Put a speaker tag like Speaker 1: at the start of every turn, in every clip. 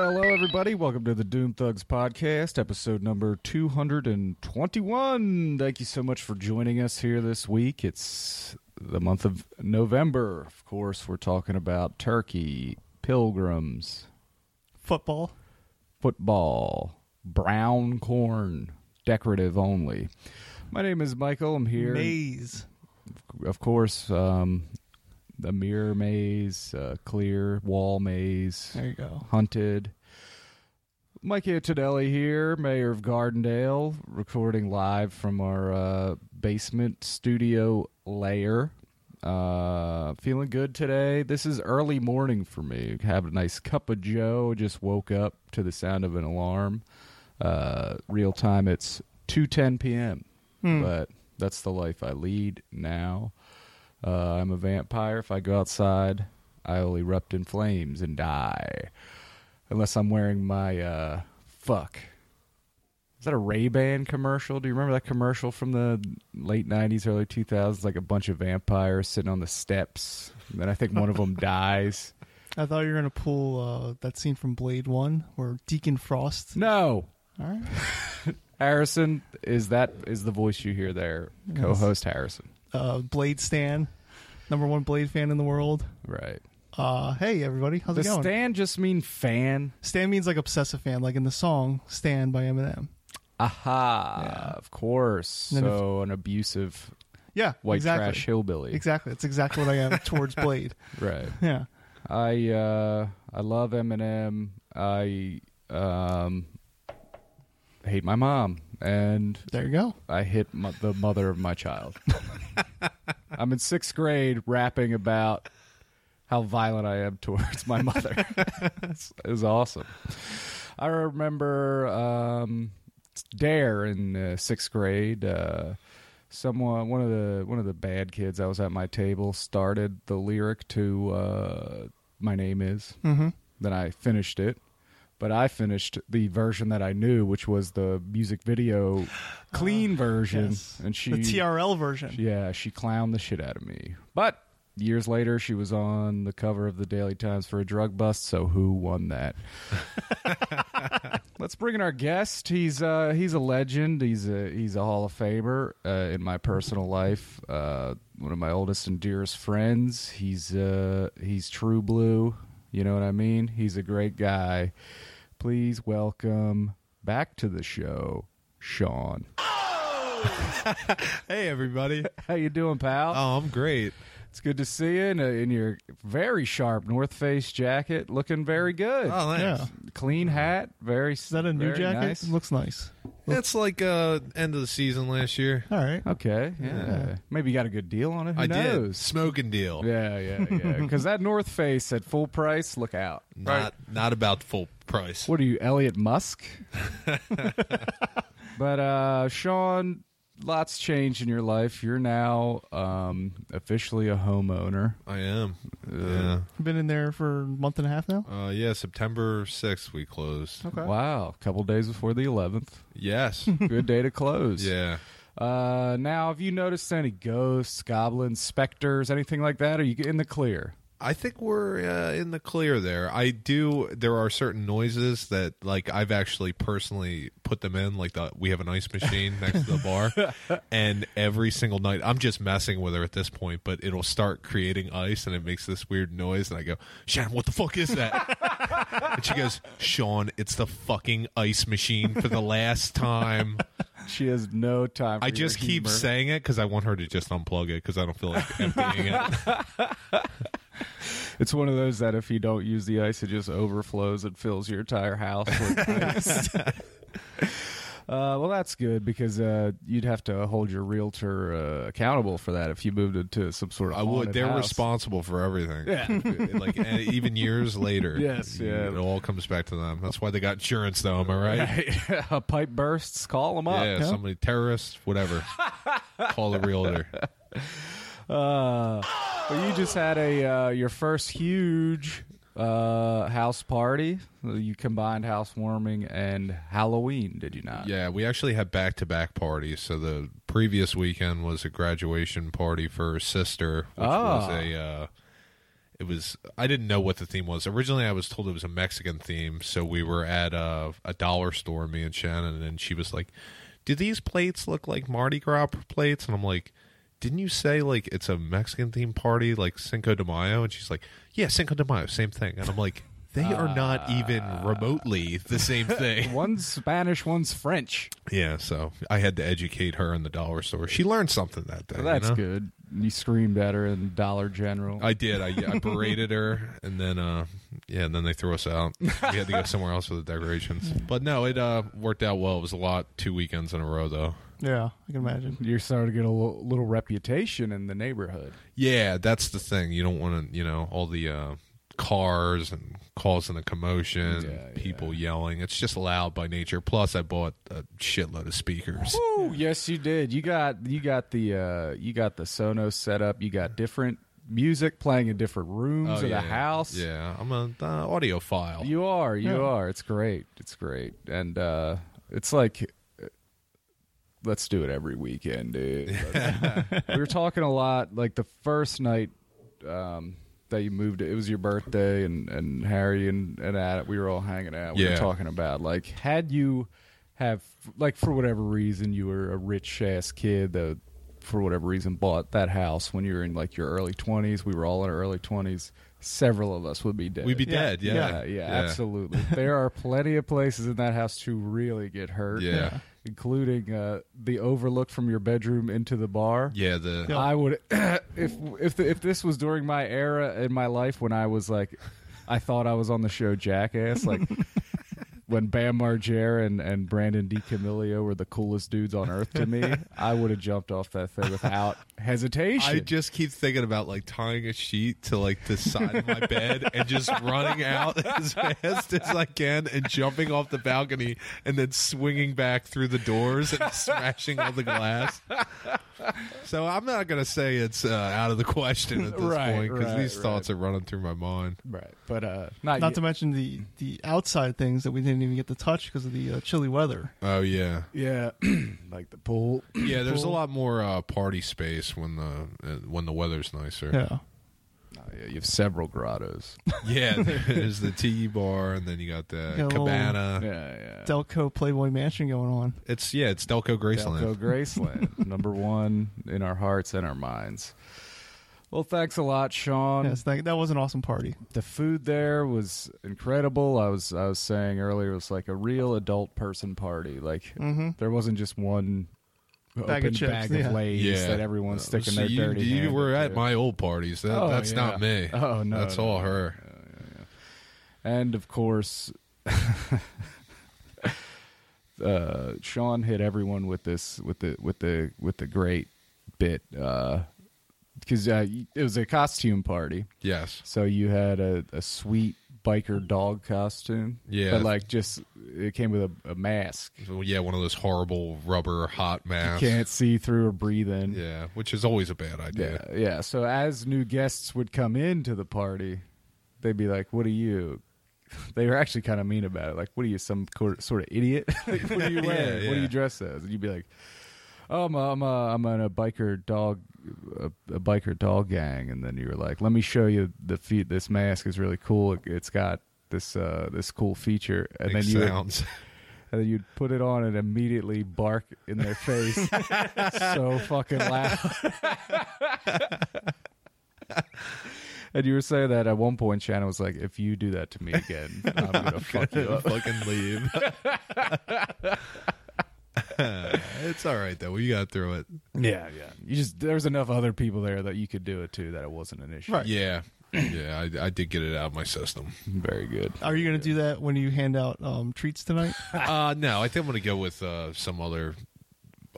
Speaker 1: everybody. Welcome to the Doom Thugs podcast, episode number 221. Thank you so much for joining us here this week. It's the month of November. Of course, we're talking about turkey, pilgrims,
Speaker 2: Football.
Speaker 1: football, brown corn, decorative only. My name is Michael. I'm here.
Speaker 2: Maze.
Speaker 1: of course, um, the mirror maze, uh, clear wall maze,
Speaker 2: There you go.
Speaker 1: hunted. Mike Antonelli here, mayor of Gardendale, recording live from our uh, basement studio lair. Uh, feeling good today. This is early morning for me. Have a nice cup of Joe. Just woke up to the sound of an alarm. Uh, real time, it's two ten p.m
Speaker 2: Hmm.
Speaker 1: but that's the life I lead now. Uh, I'm a vampire. If I go outside, I will erupt in flames and die, unless I'm wearing my uh, fuck. Is that a Ray Ban commercial? Do you remember that commercial from the late '90s, early 2000s? Like a bunch of vampires sitting on the steps, and then I think one of them dies.
Speaker 2: I thought you were gonna pull uh, that scene from Blade One where Deacon Frost.
Speaker 1: No,
Speaker 2: All right.
Speaker 1: Harrison is that is the voice you hear there,
Speaker 2: Yes.
Speaker 1: co-host Harrison,
Speaker 2: Uh, Blade Stan, number one Blade fan in the world.
Speaker 1: right?
Speaker 2: Uh, hey everybody, how's it
Speaker 1: Does
Speaker 2: going?
Speaker 1: Stan just mean fan?
Speaker 2: Stan means like obsessive fan, like in the song "Stan" by Eminem.
Speaker 1: Aha!
Speaker 2: Yeah.
Speaker 1: Of course.
Speaker 2: And then if-
Speaker 1: So an abusive
Speaker 2: Yeah,
Speaker 1: white
Speaker 2: exactly.
Speaker 1: trash hillbilly,
Speaker 2: Exactly, it's exactly what I am towards Blade.
Speaker 1: right?
Speaker 2: Yeah,
Speaker 1: I uh, I love Eminem. I um, hate my mom, and
Speaker 2: there you go.
Speaker 1: I hit mo- the mother of my child. I'm in sixth grade rapping about how violent I am towards my mother. it was awesome. I remember um, Dare in uh, sixth grade. Uh, someone, one of the one of the bad kids I was at my table, started the lyric to uh, "My Name Is."
Speaker 2: Mm-hmm.
Speaker 1: Then I finished it. But I finished the version that I knew, which was the music video clean version.
Speaker 2: Oh, yes.
Speaker 1: And she
Speaker 2: the TRL version.
Speaker 1: Yeah, she clowned the shit out of me. But years later she was on the cover of the Daily Times for a drug bust, so who won that? Let's bring in our guest. He's uh, he's a legend. He's a he's a Hall of Famer uh, in my personal life. Uh, one of my oldest and dearest friends. He's uh, he's true blue. You know what I mean? He's a great guy. Please welcome back to the show, Sean.
Speaker 3: Hey everybody!
Speaker 1: How you doing, pal?
Speaker 3: Oh, I'm great.
Speaker 1: It's good to see you in, a, in your very sharp North Face jacket, looking very good.
Speaker 3: Oh, thanks.
Speaker 2: Yeah.
Speaker 1: Clean hat, very.
Speaker 2: Is that a new
Speaker 1: very
Speaker 2: jacket?
Speaker 1: nice.
Speaker 2: It looks nice.
Speaker 3: It's like uh end of the season last year.
Speaker 2: All right.
Speaker 1: Okay, yeah. Maybe you got a good deal on it. Who
Speaker 3: I did
Speaker 1: knows?
Speaker 3: smoking deal.
Speaker 1: Yeah, yeah, yeah. Because that North Face at full price, look out.
Speaker 3: Not not about full price.
Speaker 1: What are you, Elliot Musk? but uh, Sean, lots changed in your life. You're now um, officially a homeowner.
Speaker 3: I am.
Speaker 1: Uh,
Speaker 3: yeah.
Speaker 2: Been in there for a month and a half now.
Speaker 3: Uh, yeah. September sixth we
Speaker 1: Oh.
Speaker 3: closed.
Speaker 2: Okay.
Speaker 1: Wow, a couple days before the 11th.
Speaker 3: Yes.
Speaker 1: Good day to close.
Speaker 3: yeah.
Speaker 1: Uh, now, have you noticed any ghosts, goblins, specters, anything like that? Are you in the clear?
Speaker 3: I think we're uh, in the clear there. I do. There are certain noises that, like, I've actually personally put them in. Like, the, we have an ice machine next to the bar, and every single night, I'm just messing with her at this point, but it'll start creating ice, and it makes this weird noise, and I go, "Shannon, what the fuck is that?" and she goes, "Sean, it's the fucking ice machine for the last time."
Speaker 1: She has no time. For
Speaker 3: I
Speaker 1: your
Speaker 3: just keep
Speaker 1: humor.
Speaker 3: saying it because I want her to just unplug it because I don't feel like emptying it.
Speaker 1: it's one of those that if you don't use the ice, it just overflows and fills your entire house with ice. uh, well, that's good because uh, you'd have to hold your realtor uh, accountable for that if you moved into some sort of.
Speaker 3: I would.
Speaker 1: haunted
Speaker 3: They're
Speaker 1: house.
Speaker 3: responsible for everything.
Speaker 1: Yeah.
Speaker 3: like and even years later.
Speaker 1: Yes,
Speaker 3: you-
Speaker 1: yeah.
Speaker 3: It all comes back to them. That's why they got insurance, though. Am I right?
Speaker 1: a pipe bursts. Call them up.
Speaker 3: Yeah.
Speaker 2: yeah.
Speaker 3: Somebody terrorists, whatever. Call the realtor.
Speaker 1: Uh, but you just had a uh, your first huge uh, house party. You combined housewarming and Halloween, did you not?
Speaker 3: Yeah, we actually had back to back parties. So the previous weekend was a graduation party for her sister, which was
Speaker 1: Ah.
Speaker 3: a. Uh, it was I didn't know what the theme was. Originally I was told it was a Mexican theme, so we were at a, a dollar store, me and Shannon, and she was like, Do these plates look like Mardi Gras plates? And I'm like, Didn't you say like it's a Mexican themed party like Cinco de Mayo? And she's like, Yeah, Cinco de Mayo, same thing. And I'm like, They are not even remotely the same thing.
Speaker 1: One's Spanish, one's French.
Speaker 3: Yeah, so I had to educate her in the dollar store. She learned something that day.
Speaker 1: Well, that's
Speaker 3: you know?
Speaker 1: good. You screamed at her in Dollar General.
Speaker 3: I did. I, I berated her, and then uh, yeah, and then they threw us out. We had to go somewhere else for the decorations. But no, it uh, worked out well. It was a lot. Two weekends in a row, though.
Speaker 2: Yeah, I can imagine.
Speaker 1: You're starting to get a lo- little reputation in the neighborhood.
Speaker 3: Yeah, that's the thing. You don't want to, you know, all the uh, cars and causing a commotion,
Speaker 1: Yeah,
Speaker 3: people yelling. It's just loud by nature. Plus, I bought a shitload of speakers.
Speaker 1: Woo! Yes, you did. You got you got the uh, you got the Sonos set up. You got different music playing in different rooms
Speaker 3: Oh,
Speaker 1: of
Speaker 3: yeah.
Speaker 1: the house.
Speaker 3: Yeah, I'm a uh, audiophile.
Speaker 1: You are, you
Speaker 2: Yeah.
Speaker 1: are. It's great. It's great. And uh it's like uh, let's do it every weekend, dude. we were talking a lot like the first night um that you moved it was your birthday and and Harry and and at we were all hanging out. We were
Speaker 3: Yeah.
Speaker 1: talking about like had you have like for whatever reason you were a rich ass kid that for whatever reason bought that house when you were in like your early 20s we were all in our early 20s several of us would be dead
Speaker 3: We'd be dead. Yeah,
Speaker 1: yeah, yeah, absolutely. there are plenty of places in that house to really get hurt.
Speaker 3: Yeah.
Speaker 1: including uh, the overlook from your bedroom into the bar.
Speaker 3: Yeah, the
Speaker 1: I would if if if this was during my era in my life when I was like, I thought I was on the show Jackass, like. When Bam Margera and, and Brandon DiCamillo were the coolest dudes on earth to me, I would have jumped off that thing without hesitation.
Speaker 3: I just keep thinking about like tying a sheet to like the side of my bed and just running out as fast as I can and jumping off the balcony and then swinging back through the doors and smashing all the glass. So I'm not gonna say it's uh, out of the question at this
Speaker 1: Right,
Speaker 3: point because
Speaker 1: right,
Speaker 3: these
Speaker 1: right.
Speaker 3: thoughts are running through my mind.
Speaker 1: right, but uh, not,
Speaker 2: Not
Speaker 1: not
Speaker 2: to mention the the outside things that we didn't even get to touch because of the uh, chilly weather.
Speaker 3: Oh yeah,
Speaker 1: yeah, like the pool.
Speaker 3: yeah. There's a lot more uh, party space when the uh, when the weather's nicer.
Speaker 2: Yeah,
Speaker 1: Oh,
Speaker 3: Uh,
Speaker 1: yeah, you have several grottos.
Speaker 3: Yeah, there's the tiki bar, and then you got the
Speaker 2: Got a little-
Speaker 3: cabana.
Speaker 1: yeah, yeah.
Speaker 2: Delco Playboy Mansion going on.
Speaker 3: It's yeah, it's Delco Graceland.
Speaker 1: Delco Graceland, number one in our hearts and our minds. Well, thanks a lot, Sean.
Speaker 2: Yes, that, that was an awesome party.
Speaker 1: The food there was incredible. I was I was saying earlier, it was like a real adult person party. Like
Speaker 3: Mm-hmm.
Speaker 1: there wasn't just one
Speaker 2: Mm. Bag
Speaker 1: open
Speaker 2: of chips,
Speaker 1: bag of
Speaker 2: yeah.
Speaker 1: Lay's
Speaker 3: Yeah.
Speaker 1: that everyone's
Speaker 3: Uh,
Speaker 1: sticking
Speaker 3: so
Speaker 1: their
Speaker 3: you,
Speaker 1: dirty.
Speaker 3: You
Speaker 1: hand
Speaker 3: were at
Speaker 1: into.
Speaker 3: my old parties. That,
Speaker 1: Oh,
Speaker 3: that's
Speaker 1: yeah.
Speaker 3: not me.
Speaker 1: Oh, no,
Speaker 3: that's
Speaker 1: no,
Speaker 3: all
Speaker 1: no.
Speaker 3: her.
Speaker 1: and of course, uh, Sean hit everyone with this with the with the with the great bit because uh, it was a costume party.
Speaker 3: Yes.
Speaker 1: So you had a, a sweet biker dog costume.
Speaker 3: Yeah.
Speaker 1: But like just it came with a, a mask.
Speaker 3: Well, Yeah, one of those horrible rubber hot masks.
Speaker 1: You can't see through or breathe in.
Speaker 3: Yeah, which is always a bad
Speaker 1: Yeah.
Speaker 3: idea.
Speaker 1: yeah. So as new guests would come into the party, they'd be like, What are you? They were actually kind of mean about it. Like, what are you, some cor- sort of idiot? like, what are you
Speaker 3: Yeah,
Speaker 1: wearing? What do
Speaker 3: yeah.
Speaker 1: you dress as? And you'd be like, Oh, I'm a, I'm a, I'm in a biker dog, a, a biker dog gang, and then you were like, "Let me show you the feet. This mask is really cool. It, it's got this uh, this cool feature." And
Speaker 3: Makes
Speaker 1: then you, would-
Speaker 3: sounds.
Speaker 1: and then you'd put it on and immediately bark in their face, so fucking loud. and you were saying that at one point, Shannon was like, "If you do that to me again, I'm gonna fuck you up."
Speaker 3: fucking leave. it's all right though. We got through it.
Speaker 1: Yeah, yeah. You just there was enough other people there that you could do it to that it wasn't an issue.
Speaker 2: Right.
Speaker 3: Yeah, yeah. I, I did get it out of my system.
Speaker 1: Very good.
Speaker 2: Are you going to do that when you hand out um, treats tonight?
Speaker 3: Uh, no, I think I'm gonna go with uh, some other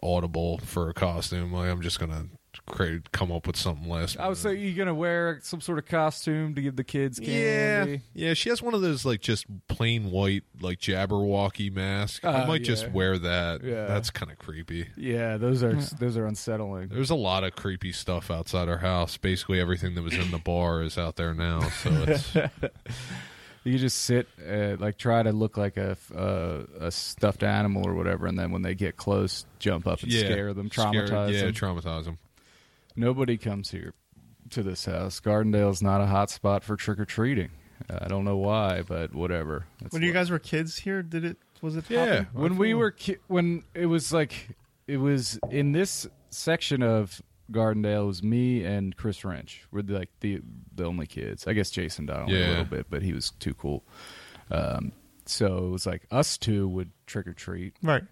Speaker 3: audible for a costume. Like, I'm just gonna create, come up with something last.
Speaker 1: I would
Speaker 3: minute.
Speaker 1: say you're gonna wear some sort of costume to give the kids candy.
Speaker 3: Yeah, yeah. She has one of those like just plain white like Jabberwocky mask. I
Speaker 1: Uh,
Speaker 3: might just
Speaker 1: yeah.
Speaker 3: wear that.
Speaker 1: Yeah.
Speaker 3: that's kind of creepy.
Speaker 1: Yeah, those are those are unsettling.
Speaker 3: There's a lot of creepy stuff outside our house. Basically, everything that was in the bar is out there now. So it's
Speaker 1: You could just sit, uh, like try to look like a, uh, a stuffed animal or whatever, and then when they get close, jump up and
Speaker 3: yeah,
Speaker 1: scare them,
Speaker 3: Scare-
Speaker 1: traumatize
Speaker 3: yeah,
Speaker 1: them.
Speaker 3: traumatize them.
Speaker 1: Nobody comes here. to this house. Gardendale's not a hot spot for trick or treating. I don't know why, but whatever. It's
Speaker 2: When you guys were kids here, did it was it hmm.
Speaker 3: Yeah.
Speaker 2: popping?
Speaker 1: when we were ki- when it was like it was in this section of Gardendale it was me and Chris Wrench. We're the, like the the only kids. I guess Jason Donnelly a
Speaker 3: Yeah.
Speaker 1: little bit, but he was too cool. Um, so it was like us two would trick or treat,
Speaker 2: Right.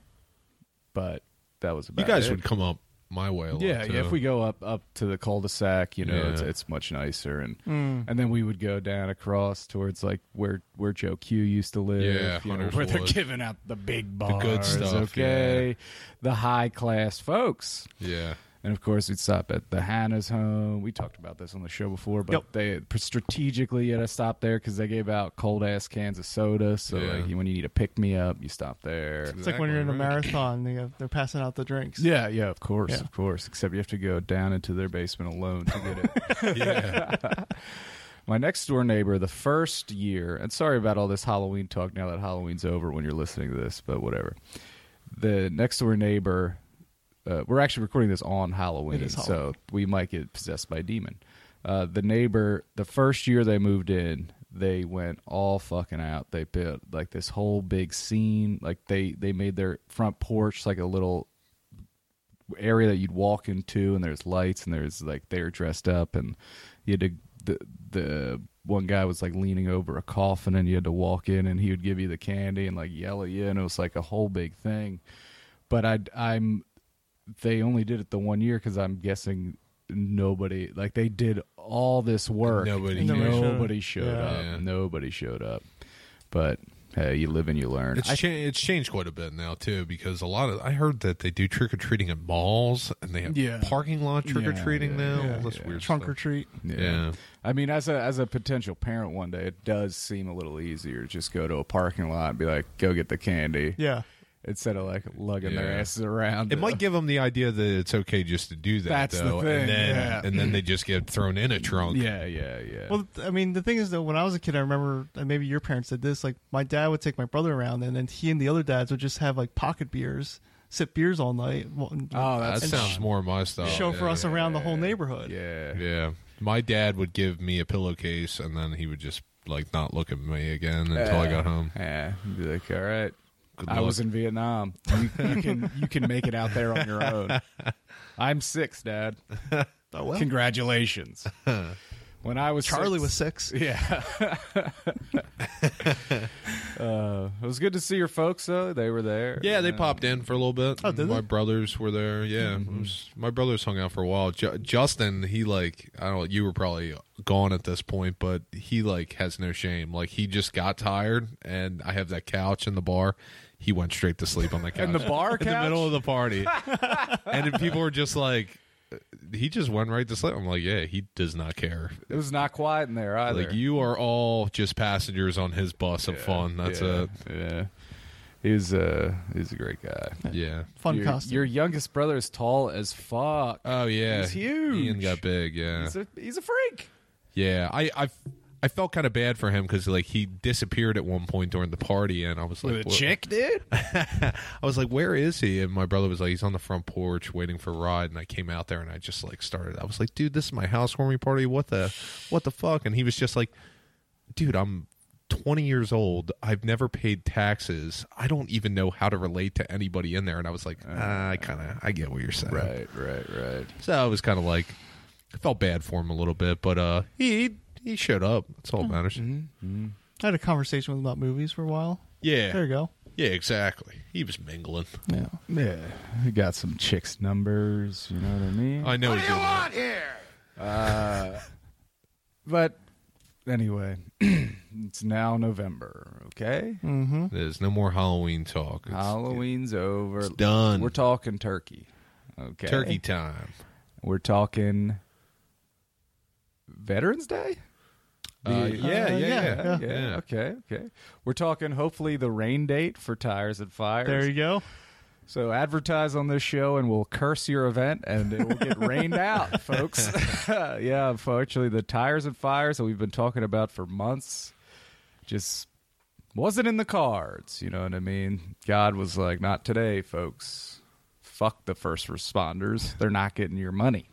Speaker 1: but that was
Speaker 3: You
Speaker 1: about
Speaker 3: guys
Speaker 1: it.
Speaker 3: would come up my way a lot.
Speaker 1: yeah, yeah.
Speaker 3: too.
Speaker 1: If we go up up to the cul-de-sac, you know, it's,
Speaker 3: Yeah.
Speaker 1: it's much nicer, and
Speaker 2: Hmm.
Speaker 1: and then we would go down across towards like where where Joe Q used to live.
Speaker 3: Yeah,
Speaker 1: you know,
Speaker 3: Hunter's
Speaker 1: where they're
Speaker 3: Wood.
Speaker 1: giving out the big bars,
Speaker 3: good stuff,
Speaker 1: Okay, the high class folks,
Speaker 3: Yeah.
Speaker 1: and of course we'd stop at the Hannah's home. We talked about this on the show before, but
Speaker 2: Yep.
Speaker 1: they strategically had us stop there because they gave out cold ass cans of soda. So
Speaker 3: Yeah.
Speaker 1: like when you need a pick me up, you stop there.
Speaker 2: It's like when you're in a
Speaker 3: Exactly, right.
Speaker 2: marathon, they have, they're passing out the drinks.
Speaker 1: Yeah, yeah, of course,
Speaker 2: Yeah.
Speaker 1: of course. Except you have to go down into their basement alone to get it.
Speaker 3: Yeah.
Speaker 1: My next door neighbor, the first year, and sorry about all this Halloween talk now that Halloween's over when you're listening to this, but whatever. The next door neighbor, uh, we're actually recording this on Halloween,
Speaker 2: It is
Speaker 1: so
Speaker 2: Halloween.
Speaker 1: we might get possessed by a demon. Uh, the neighbor, the first year they moved in, they went all fucking out. They built like this whole big scene. Like they they made their front porch like a little area that you'd walk into and there's lights and there's like they were dressed up and you had to the the one guy was like leaning over a coffin and you had to walk in and he would give you the candy and like yell at you and it was like a whole big thing but i i'm they only did it the one year because i'm guessing nobody like they did all this work
Speaker 3: Nobody
Speaker 1: and
Speaker 2: Nobody showed up.
Speaker 1: nobody showed
Speaker 2: Yeah.
Speaker 1: up
Speaker 3: Yeah.
Speaker 1: nobody showed up but hey you live and you learn
Speaker 3: It's, cha- it's changed quite a bit now too, because a lot of I heard that they do trick or treating at malls and they have
Speaker 2: Yeah.
Speaker 3: parking lot trick or treating
Speaker 1: Yeah, yeah,
Speaker 3: now.
Speaker 2: yeah,
Speaker 3: All this
Speaker 1: yeah.
Speaker 3: weird
Speaker 2: Trunk or
Speaker 3: stuff.
Speaker 2: treat.
Speaker 3: Yeah.
Speaker 1: I mean, as a as a potential parent one day, it does seem a little easier. to Just go to a parking lot and be like, "Go get the candy,"
Speaker 2: Yeah.
Speaker 1: instead of like lugging their
Speaker 3: Yeah.
Speaker 1: asses around.
Speaker 3: It might give them the idea that it's okay just to do that,
Speaker 1: That's the
Speaker 3: though,
Speaker 1: thing,
Speaker 3: and then
Speaker 1: yeah.
Speaker 3: and then they just get thrown in a trunk.
Speaker 1: Yeah, yeah, yeah.
Speaker 2: Well, th- I mean, the thing is though, when I was a kid, I remember and maybe your parents did this. Like my dad would take my brother around, and then he and the other dads would just have like pocket beers, sip beers all night. wa- and
Speaker 1: oh,
Speaker 3: that
Speaker 1: that's
Speaker 3: sounds more my style.
Speaker 2: show
Speaker 3: yeah.
Speaker 2: for us around the whole neighborhood.
Speaker 1: yeah.
Speaker 3: Yeah, my dad would give me a pillowcase, and then he would just like not look at me again until I got home.
Speaker 1: Yeah, You'd be like, all right.
Speaker 3: Good
Speaker 1: I was
Speaker 3: luck.
Speaker 1: in Vietnam. You, you can you can make it out there on your own. I'm six, Dad.
Speaker 2: Oh well.
Speaker 1: Congratulations. When I was
Speaker 2: Charlie
Speaker 1: six-
Speaker 2: was six.
Speaker 1: Yeah. uh, it was good to see your folks though. They were there.
Speaker 3: Yeah, they popped in for a little bit.
Speaker 2: Oh, did
Speaker 3: my
Speaker 2: they?
Speaker 3: brothers were there. Yeah, it
Speaker 1: Mm-hmm.
Speaker 3: was- my brothers hung out for a while. Ju- Justin, he like I don't. You were probably gone at this point, but he like has no shame. Like he just got tired, and I have that couch in the bar. He went straight to sleep on the couch
Speaker 1: In the bar
Speaker 3: in the
Speaker 1: couch?
Speaker 3: middle of the party, and then people were just like, he just went right to sleep. I'm like, yeah, he does not care.
Speaker 1: It was not quiet in there either.
Speaker 3: Like you are all just passengers on his bus of
Speaker 1: Yeah,
Speaker 3: fun. That's
Speaker 1: yeah,
Speaker 3: it.
Speaker 1: Yeah. He was uh he's a great guy.
Speaker 3: Yeah.
Speaker 2: Fun
Speaker 1: your,
Speaker 2: costume.
Speaker 1: Your youngest brother is tall as fuck.
Speaker 3: Oh yeah,
Speaker 1: He's huge.
Speaker 3: Ian got big. Yeah,
Speaker 1: he's a he's a freak.
Speaker 3: Yeah, I I I felt kind of bad for him because like he disappeared at one point during the party, and I was like, "Where-"
Speaker 1: dude.
Speaker 3: I was like, "Where is he?" And my brother was like, "He's on the front porch waiting for a ride." And I came out there and I just like started. I was like, "Dude, this is my housewarming party. What the what the fuck?" And he was just like, "Dude, I'm." 20 years old. I've never paid taxes. I don't even know how to relate to anybody in there. And I was like, ah, I kind of, I get what you're saying.
Speaker 1: Right, right, right.
Speaker 3: So I was kind of like, I felt bad for him a little bit, but uh, he he showed up. That's all that matters.
Speaker 2: I had a conversation with him about movies for a while.
Speaker 3: Yeah,
Speaker 2: There you go.
Speaker 3: yeah, exactly. He was mingling.
Speaker 2: Yeah.
Speaker 1: Yeah. He got some chicks numbers, you know what I mean?
Speaker 3: I know. What do you want?
Speaker 1: but anyway, it's now November, okay?
Speaker 2: Mm-hmm.
Speaker 3: There's no more Halloween talk. It's
Speaker 1: Halloween's over.
Speaker 3: it's done.
Speaker 1: We're talking turkey. Okay.
Speaker 3: turkey time.
Speaker 1: We're talking Veterans Day?
Speaker 3: Uh,
Speaker 1: The-
Speaker 3: yeah,
Speaker 2: yeah,
Speaker 3: yeah, yeah,
Speaker 2: yeah.
Speaker 3: yeah.
Speaker 1: Okay, okay. We're talking hopefully the rain date for tires and fires.
Speaker 2: There you go.
Speaker 1: So advertise on this show, and we'll curse your event, and it will get rained out, folks. yeah, unfortunately, the tires and fires that we've been talking about for months just wasn't in the cards. You know what I mean? God was like, "Not today, folks. Fuck the first responders. They're not getting your money."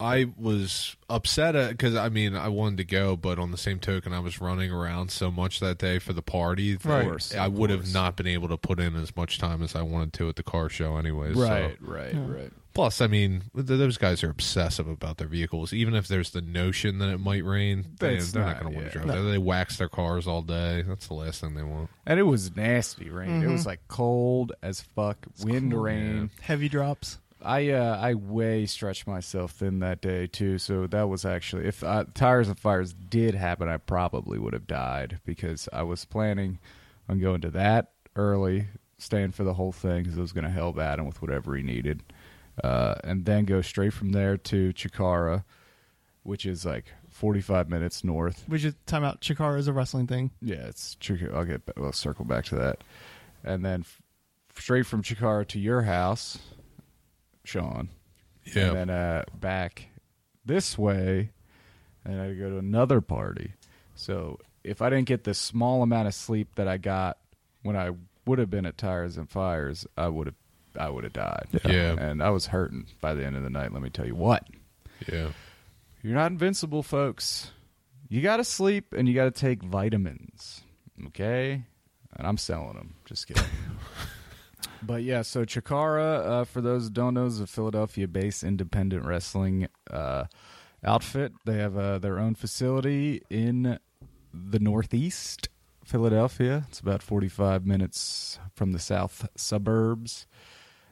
Speaker 3: I was upset because I mean I wanted to go, but on the same token, I was running around so much that day for the party. that
Speaker 1: Of course,
Speaker 3: I
Speaker 1: of
Speaker 3: would have
Speaker 1: course.
Speaker 3: not been able to put in as much time as I wanted to at the car show, anyways. so-
Speaker 1: Right, right, right.
Speaker 3: Plus, I mean, th- those guys are obsessive about their vehicles. Even if there's the notion that it might rain, they,
Speaker 1: It's
Speaker 3: they're not,
Speaker 1: not,
Speaker 3: going to want
Speaker 1: yeah.
Speaker 3: to drive there. They wax their cars all day. That's the last thing they want.
Speaker 1: And it was nasty rain. It was like cold as fuck, wind rain.
Speaker 2: Heavy drops.
Speaker 1: I uh, I way stretched myself thin that day too, so that was actually if uh, tires and fires did happen, I probably would have died because I was planning on going to that early, staying for the whole thing because I was going to help Adam with whatever he needed, uh, and then go straight from there to Chikara, which is like forty five minutes north.
Speaker 2: We should time out. Chikara is a wrestling thing.
Speaker 1: Yeah, it's Chikara. I'll get. We'll circle back to that, and then f- straight from Chikara to your house, Sean.
Speaker 3: Yeah.
Speaker 1: And then uh, back this way, and I had to go to another party. So if I didn't get the small amount of sleep that I got when I would have been at Tires and Fires, I would have I would have died.
Speaker 3: Yeah.
Speaker 1: And I was hurting by the end of the night. Let me tell you what.
Speaker 3: Yeah.
Speaker 1: You're not invincible, folks. You got to sleep and you got to take vitamins. Okay? And I'm selling them. Just kidding. but yeah, so Chikara, uh, for those who don't know, is a Philadelphia based independent wrestling uh, outfit. They have uh, their own facility in the Northeast Philadelphia. It's about 45 minutes from the south suburbs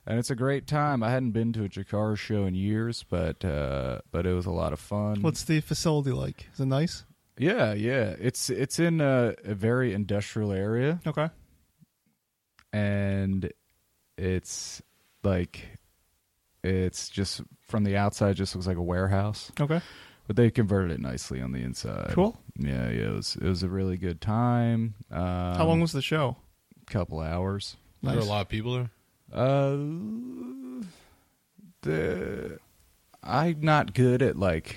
Speaker 1: and it's a great time. I hadn't been to a Jakar show in years, but uh, but it was a lot of fun.
Speaker 2: What's the facility like? Is it nice?
Speaker 1: yeah, yeah. It's it's in a, a very industrial area,
Speaker 2: Okay.
Speaker 1: and it's like it's just from the outside, just looks like a warehouse,
Speaker 2: Okay.
Speaker 1: but they converted it nicely on the inside.
Speaker 2: Cool.
Speaker 1: Yeah, yeah. It was it was a really good time. Um,
Speaker 2: How long was the show?
Speaker 1: couple hours?
Speaker 3: There
Speaker 2: Nice.
Speaker 3: are a lot of people there.
Speaker 1: Uh, the I'm not good at like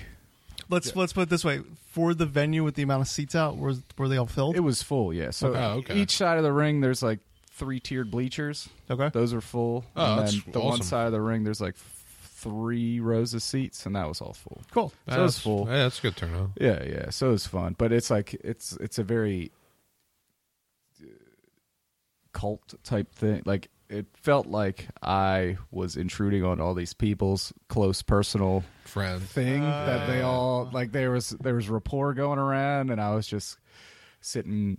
Speaker 2: Let's let's put it this way: for the venue with the amount of seats out, were were they all filled?
Speaker 1: It was full, yeah. So
Speaker 3: Okay. Oh, okay.
Speaker 1: each side of the ring, there's like three tiered bleachers.
Speaker 2: okay.
Speaker 1: Those are full.
Speaker 3: Oh,
Speaker 1: and
Speaker 3: that's
Speaker 1: then the one
Speaker 3: awesome.
Speaker 1: side of the ring, there's like f- three rows of seats, and that was all full.
Speaker 2: Cool.
Speaker 1: So it was full.
Speaker 3: Yeah, that's a good turnout.
Speaker 1: Yeah, yeah. So it was fun, but it's like it's it's a very uh, cult type thing. Like it felt like I was intruding on all these people's close personal
Speaker 3: Friend.
Speaker 1: thing that they all like there was there was rapport going around and I was just sitting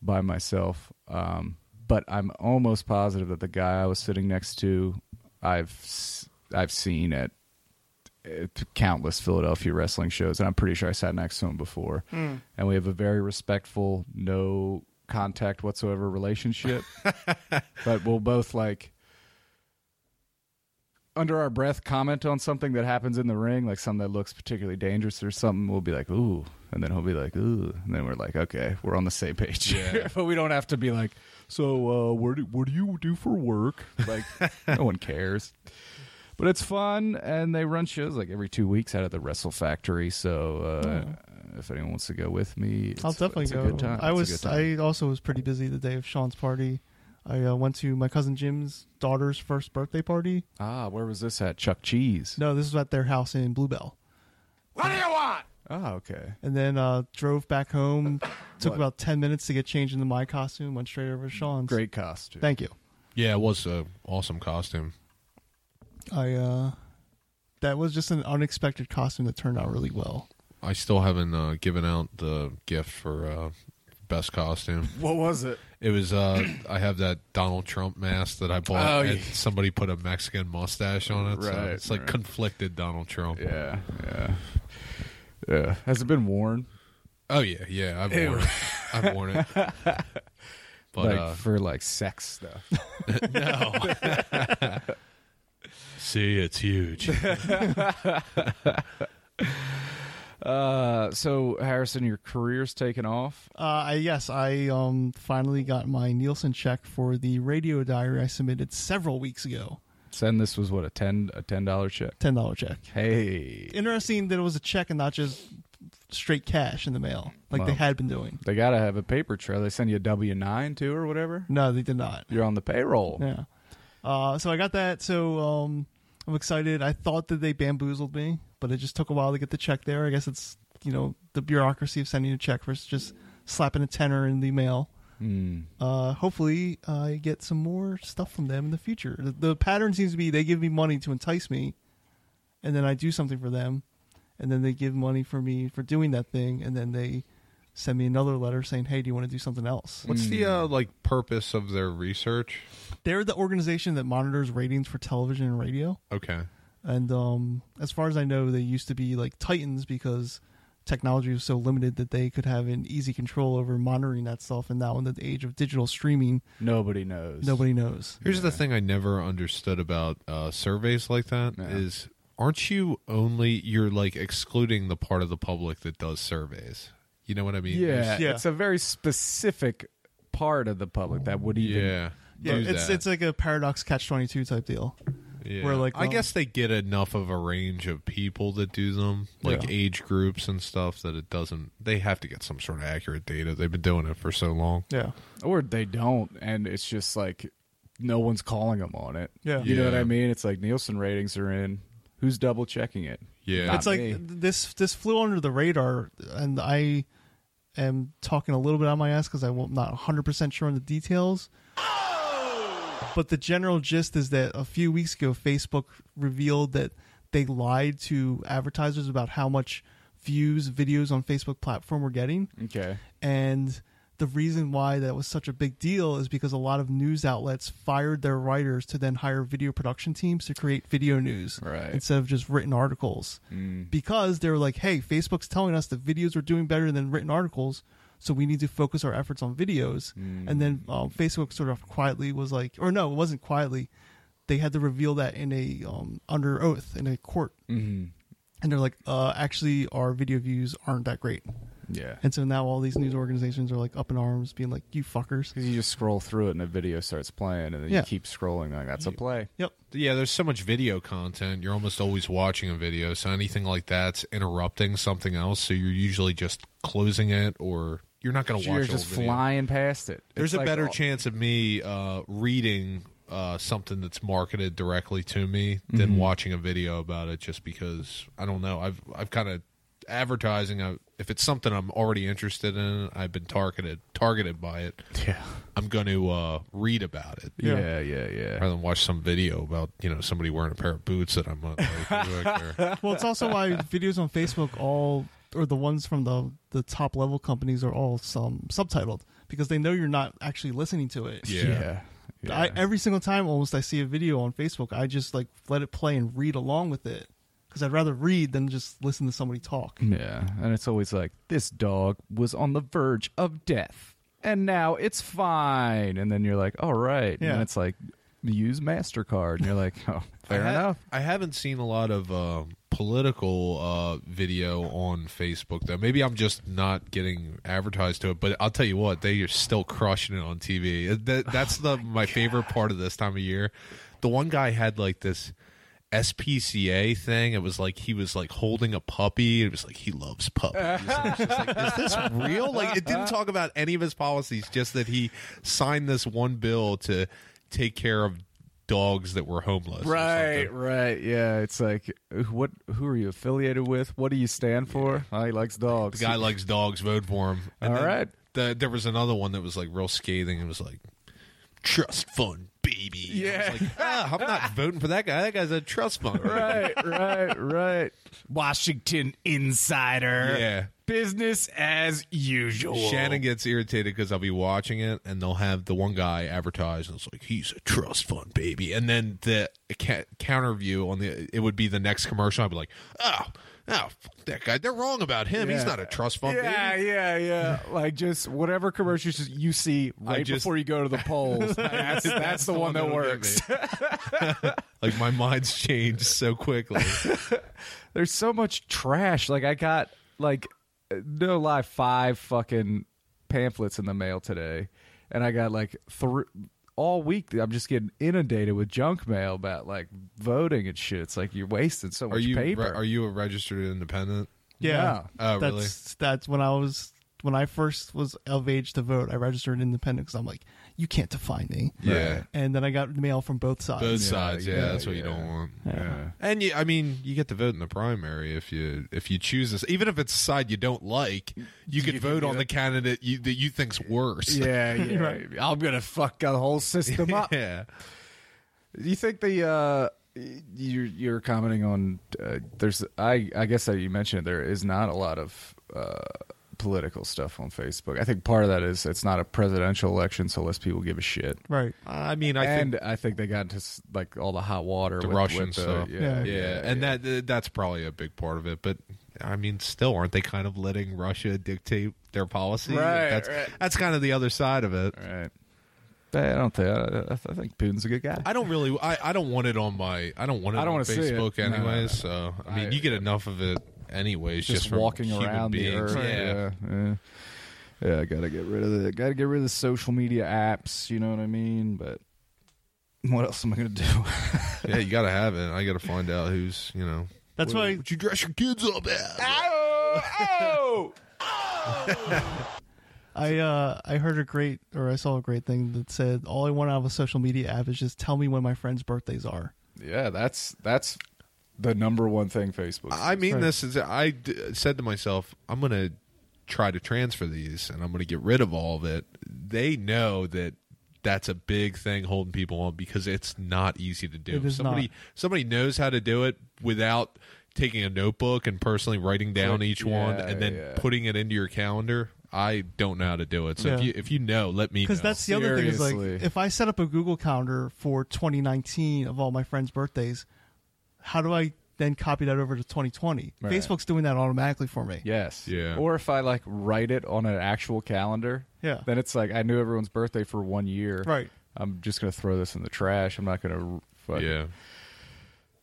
Speaker 1: by myself um but I'm almost positive that the guy I was sitting next to I've s- I've seen at, at countless Philadelphia wrestling shows and I'm pretty sure I sat next to him before and we have a very respectful no contact whatsoever relationship but we'll both like under our breath comment on something that happens in the ring, like something that looks particularly dangerous or something, we'll be like, ooh. And then he'll be like, ooh. And then we're like, okay, we're on the same page.
Speaker 3: Yeah.
Speaker 1: but we don't have to be like, so uh, where do, what do you do for work? Like, no one cares. But it's fun, and they run shows like every two weeks out at the Wrestle Factory. So uh, if anyone wants to go with me, it's,
Speaker 2: Oh. I'll definitely
Speaker 1: it's
Speaker 2: go.
Speaker 1: A good time.
Speaker 2: I
Speaker 1: It's a
Speaker 2: was
Speaker 1: good time.
Speaker 2: I also was pretty busy the day of Sean's party. I uh, went to my cousin Jim's daughter's first birthday party.
Speaker 1: ah, where was this at? Chuck Cheese.
Speaker 2: No, this was at their house in Bluebell.
Speaker 1: Ah, okay.
Speaker 2: And then uh, drove back home. Took
Speaker 1: What?
Speaker 2: about ten minutes to get changed into my costume. Went straight over to Sean's.
Speaker 1: Great costume.
Speaker 2: Thank you.
Speaker 3: Yeah, it was an awesome costume.
Speaker 2: I uh, that was just an unexpected costume that turned out really well.
Speaker 3: I still haven't uh, given out the gift for uh, best costume.
Speaker 1: what was it?
Speaker 3: It was uh, I have that Donald Trump mask that I bought,
Speaker 1: Oh,
Speaker 3: and
Speaker 1: yeah.
Speaker 3: somebody put a Mexican mustache on it. so
Speaker 1: Right,
Speaker 3: it's like
Speaker 1: right.
Speaker 3: conflicted Donald Trump.
Speaker 1: Yeah, yeah, yeah. Has it been worn?
Speaker 3: Oh yeah, yeah. I've worn it. I've worn it. But
Speaker 1: like
Speaker 3: uh,
Speaker 1: for like sex stuff.
Speaker 3: no. uh, See, it's huge.
Speaker 1: uh, so Harrison, your career's taken off.
Speaker 2: Uh, I, yes, I um, finally got my Nielsen check for the radio diary I submitted several weeks ago.
Speaker 1: Send this was what a ten a ten dollar check.
Speaker 2: Ten dollar check.
Speaker 1: Hey,
Speaker 2: Interesting that it was a check and not just straight cash in the mail like they
Speaker 1: Wow.
Speaker 2: had been doing.
Speaker 1: they gotta have a paper trail. They send you a W nine too or whatever.
Speaker 2: No, they did not.
Speaker 1: You're on the payroll.
Speaker 2: Yeah. Uh, so I got that. So um, I'm excited. I thought that they bamboozled me but it just took a while to get the check there. I guess it's you know the bureaucracy of sending a check versus just slapping a tenner in the mail.
Speaker 1: Hmm.
Speaker 2: Uh, hopefully, I get some more stuff from them in the future. The, the pattern seems to be they give me money to entice me, and then I do something for them, and then they give money for me for doing that thing, and then they send me another letter saying, "Hey, do you want to do something else?"
Speaker 3: What's the uh, like purpose of their research?
Speaker 2: They're the organization that monitors ratings for television and radio.
Speaker 3: Okay.
Speaker 2: And um, as far as I know, they used to be like titans because technology was so limited that they could have an easy control over monitoring that stuff. And now, in the age of digital streaming,
Speaker 1: Nobody knows.
Speaker 2: nobody knows.
Speaker 3: Here's the thing I never understood about uh, surveys like that
Speaker 1: Yeah.
Speaker 3: is aren't you only you're like excluding the part of the public that does surveys. You know what I mean?
Speaker 1: Yeah,
Speaker 2: Yeah.
Speaker 1: it's a very specific part of the public that would even.
Speaker 3: Yeah.
Speaker 2: Yeah,
Speaker 3: Use
Speaker 2: it's
Speaker 3: that.
Speaker 2: it's like a paradox catch twenty two type deal.
Speaker 3: Yeah.
Speaker 2: Where, like,
Speaker 3: I
Speaker 2: um,
Speaker 3: guess they get enough of a range of people that do them, like
Speaker 1: Yeah.
Speaker 3: age groups and stuff, that it doesn't. They have to get some sort of accurate data. They've been doing it for so long.
Speaker 2: Yeah,
Speaker 1: or they don't, and it's just like no one's calling them on it.
Speaker 2: Yeah.
Speaker 1: you know what
Speaker 3: Yeah.
Speaker 1: I mean. It's like Nielsen ratings are in. Who's double checking it?
Speaker 3: Yeah,
Speaker 1: Not
Speaker 2: it's like
Speaker 1: me.
Speaker 2: this this flew under the radar, and I am talking a little bit on my ass because I'm not 100 percent sure on the details. But the general gist is that a few weeks ago, Facebook revealed that they lied to advertisers about how much views videos on Facebook platform were getting,
Speaker 1: Okay,
Speaker 2: and the reason why that was such a big deal is because a lot of news outlets fired their writers to then hire video production teams to create video news
Speaker 1: Right.
Speaker 2: instead of just written articles because they were like hey facebook's telling us that videos are doing better than written articles so we need to focus our efforts on videos and then um, facebook sort of quietly was like or no it wasn't quietly they had to reveal that in a um, under oath in a court
Speaker 1: Mm. Mm-hmm.
Speaker 2: and they're like uh, actually our video views aren't that great
Speaker 1: yeah,
Speaker 2: and so now all these news organizations are like up in arms, being like, "You fuckers."
Speaker 1: because you just scroll through it and the video starts playing, and then
Speaker 2: Yeah.
Speaker 1: you keep scrolling like that's a play.
Speaker 2: Yep.
Speaker 3: yeah. There's so much video content. You're almost always watching a video, so anything like that's interrupting something else. So you're usually just closing it, or you're not going to watch.
Speaker 1: You're
Speaker 3: the whole
Speaker 1: just
Speaker 3: video.
Speaker 1: flying past it.
Speaker 3: There's
Speaker 1: It's
Speaker 3: a
Speaker 1: like
Speaker 3: better
Speaker 1: all-
Speaker 3: chance of me uh, reading uh, something that's marketed directly to me than
Speaker 1: Mm-hmm.
Speaker 3: watching a video about it, just because I don't know. I've I've kind of advertising. I, if it's something I'm already interested in, I've been targeted targeted by it.
Speaker 1: Yeah,
Speaker 3: I'm going to uh, read about it
Speaker 1: yeah, yeah, yeah.
Speaker 3: rather than watch some video about you know somebody wearing a pair of boots that I'm uh, not like, or-
Speaker 2: Well, it's also why videos on Facebook all or the ones from the the top level companies are all some subtitled because they know you're not actually listening to it.
Speaker 3: Yeah.
Speaker 1: yeah.
Speaker 2: I, every single time, almost I see a video on Facebook, I just like let it play and read along with it because I'd rather read than just listen to somebody talk.
Speaker 1: Yeah, and it's always like this dog was on the verge of death, and now it's fine. And then you're like, all right. And then
Speaker 2: Yeah.
Speaker 1: it's like use Mastercard, and you're like, oh, fair
Speaker 3: I ha-
Speaker 1: enough.
Speaker 3: I haven't seen a lot of uh, political uh, video on Facebook though. Maybe I'm just not getting advertised to it. But I'll tell you what, they are still crushing it on TV. Uh, That,
Speaker 1: Oh
Speaker 3: that's the my favorite part of this time of year. The one guy had like this SPCA thing. It was like he was like holding a puppy. It was like he loves puppies. And I was just like, Is this real? Like it didn't talk about any of his policies. Just that he signed this one bill to take care of dogs that were homeless. or
Speaker 1: Right,
Speaker 3: something.
Speaker 1: right. Yeah, it's like what? Who are you affiliated with? What do you stand for? Oh, he likes dogs.
Speaker 3: The guy likes dogs. Vote for him.
Speaker 1: All
Speaker 3: then
Speaker 1: right.
Speaker 3: The, there was another one that was like real scathing. It was like trust fund baby.
Speaker 1: Yeah.
Speaker 3: I was like, ah, I'm not voting for that guy. That guy's a trust fund. baby."
Speaker 1: right, right, right. Washington insider.
Speaker 3: Yeah.
Speaker 1: Business as usual.
Speaker 3: Shannon gets irritated because I'll be watching it, and they'll have the one guy advertise, and it's like he's a trust fund baby, and then the ca- counter view on the it would be the next commercial. I'd be like, oh, oh, fuck that guy, they're wrong about him. He's
Speaker 1: Yeah.
Speaker 3: not a trust fund
Speaker 1: Yeah,
Speaker 3: baby.
Speaker 1: yeah, yeah. Like just whatever commercials you see right
Speaker 3: just-
Speaker 1: before you go to the polls. That's, that's, the, one, that
Speaker 3: that'll get
Speaker 1: works.
Speaker 3: me. like my mind's changed so quickly.
Speaker 1: There's so much trash. Like I got like no lie five fucking pamphlets in the mail today, and I got like three. All week, I'm just getting inundated with junk mail about like voting and shit. It's like you're wasting so much
Speaker 3: Are you
Speaker 1: paper.
Speaker 3: re- are you a registered independent?
Speaker 1: Yeah.
Speaker 3: Oh,
Speaker 2: that's
Speaker 3: really?
Speaker 2: that's when I was when I first was of age to vote. I registered independent because I'm like, you can't define me.
Speaker 3: Yeah.
Speaker 2: And then I got mail from both sides.
Speaker 3: Both
Speaker 1: Yeah,
Speaker 3: sides, yeah,
Speaker 1: yeah,
Speaker 3: that's what you
Speaker 1: yeah.
Speaker 3: don't want.
Speaker 1: Yeah.
Speaker 3: And you, I mean, you get to vote in the primary if you if you choose this, even if it's a side you don't like, you can vote on the candidate you, that you think's worse.
Speaker 1: Yeah, yeah.
Speaker 2: Right.
Speaker 1: I'm gonna fuck the whole system up.
Speaker 3: yeah.
Speaker 1: Do you think the uh, you're you're commenting on? Uh, there's I I guess that you mentioned there is not a lot of uh, political stuff on Facebook. I think part of that is it's not a presidential election, so less people give a shit.
Speaker 2: Right.
Speaker 3: I mean, I
Speaker 1: and
Speaker 3: think
Speaker 1: I think they got into s- like all the hot water,
Speaker 3: The
Speaker 1: with,
Speaker 3: Russian
Speaker 1: with the,
Speaker 3: stuff.
Speaker 1: uh, Yeah,
Speaker 2: Yeah.
Speaker 3: yeah, and that uh, that's probably a big part of it. But I mean, still, aren't they kind of letting Russia dictate their policy?
Speaker 1: Right,
Speaker 3: That's
Speaker 1: right.
Speaker 3: that's kind of the other side of it.
Speaker 1: right. But I don't think I, I think Putin's a good guy.
Speaker 3: I don't really. I, I don't want it on my. I don't want it
Speaker 1: I don't
Speaker 3: on
Speaker 1: wanna see it.
Speaker 3: Facebook
Speaker 1: No, no,
Speaker 3: anyway.
Speaker 1: no.
Speaker 3: So I mean,
Speaker 1: I-
Speaker 3: you get enough of it anyways. Just,
Speaker 1: just,
Speaker 3: from
Speaker 1: walking
Speaker 3: human
Speaker 1: around the
Speaker 3: beings.
Speaker 1: earth.
Speaker 3: Yeah.
Speaker 1: yeah. yeah. Yeah, I gotta get rid of the gotta get rid of the social media apps, you know what I mean? But what else am I gonna do?
Speaker 3: yeah, you gotta have it. I gotta find out who's you know.
Speaker 2: That's why
Speaker 3: What you dress your kids up as?
Speaker 1: oh, oh!
Speaker 2: I uh, I heard a great or I saw a great thing that said all I want out of a social media app is just tell me when my friends' birthdays are.
Speaker 1: Yeah, that's that's the number one thing Facebook.
Speaker 3: I
Speaker 1: does.
Speaker 3: mean,
Speaker 2: Right.
Speaker 3: this is. I d- said to myself, I'm gonna try to transfer these, and I'm gonna get rid of all of it. They know that that's a big thing holding people on because it's not easy to do.
Speaker 2: It is
Speaker 3: somebody
Speaker 2: not.
Speaker 3: somebody knows how to do it without taking a notebook and personally writing down
Speaker 1: Click-
Speaker 3: each one
Speaker 1: yeah,
Speaker 3: and then
Speaker 1: yeah.
Speaker 3: putting it into your calendar. I don't know how to do it. So if
Speaker 2: Yeah.
Speaker 3: you if you know, let me know.
Speaker 2: Because that's the other thing is like
Speaker 1: Seriously.
Speaker 2: if I set up a Google calendar for 2019 of all my friends' birthdays, how do I then copy that over to 2020?
Speaker 1: Right.
Speaker 2: Facebook's doing that automatically for me.
Speaker 1: Yes.
Speaker 3: Yeah.
Speaker 1: Or if I like write it on an actual calendar,
Speaker 2: Yeah.
Speaker 1: Then it's like I knew everyone's birthday for one year.
Speaker 2: Right.
Speaker 1: I'm just gonna throw this in the trash. I'm not gonna fuck
Speaker 3: yeah.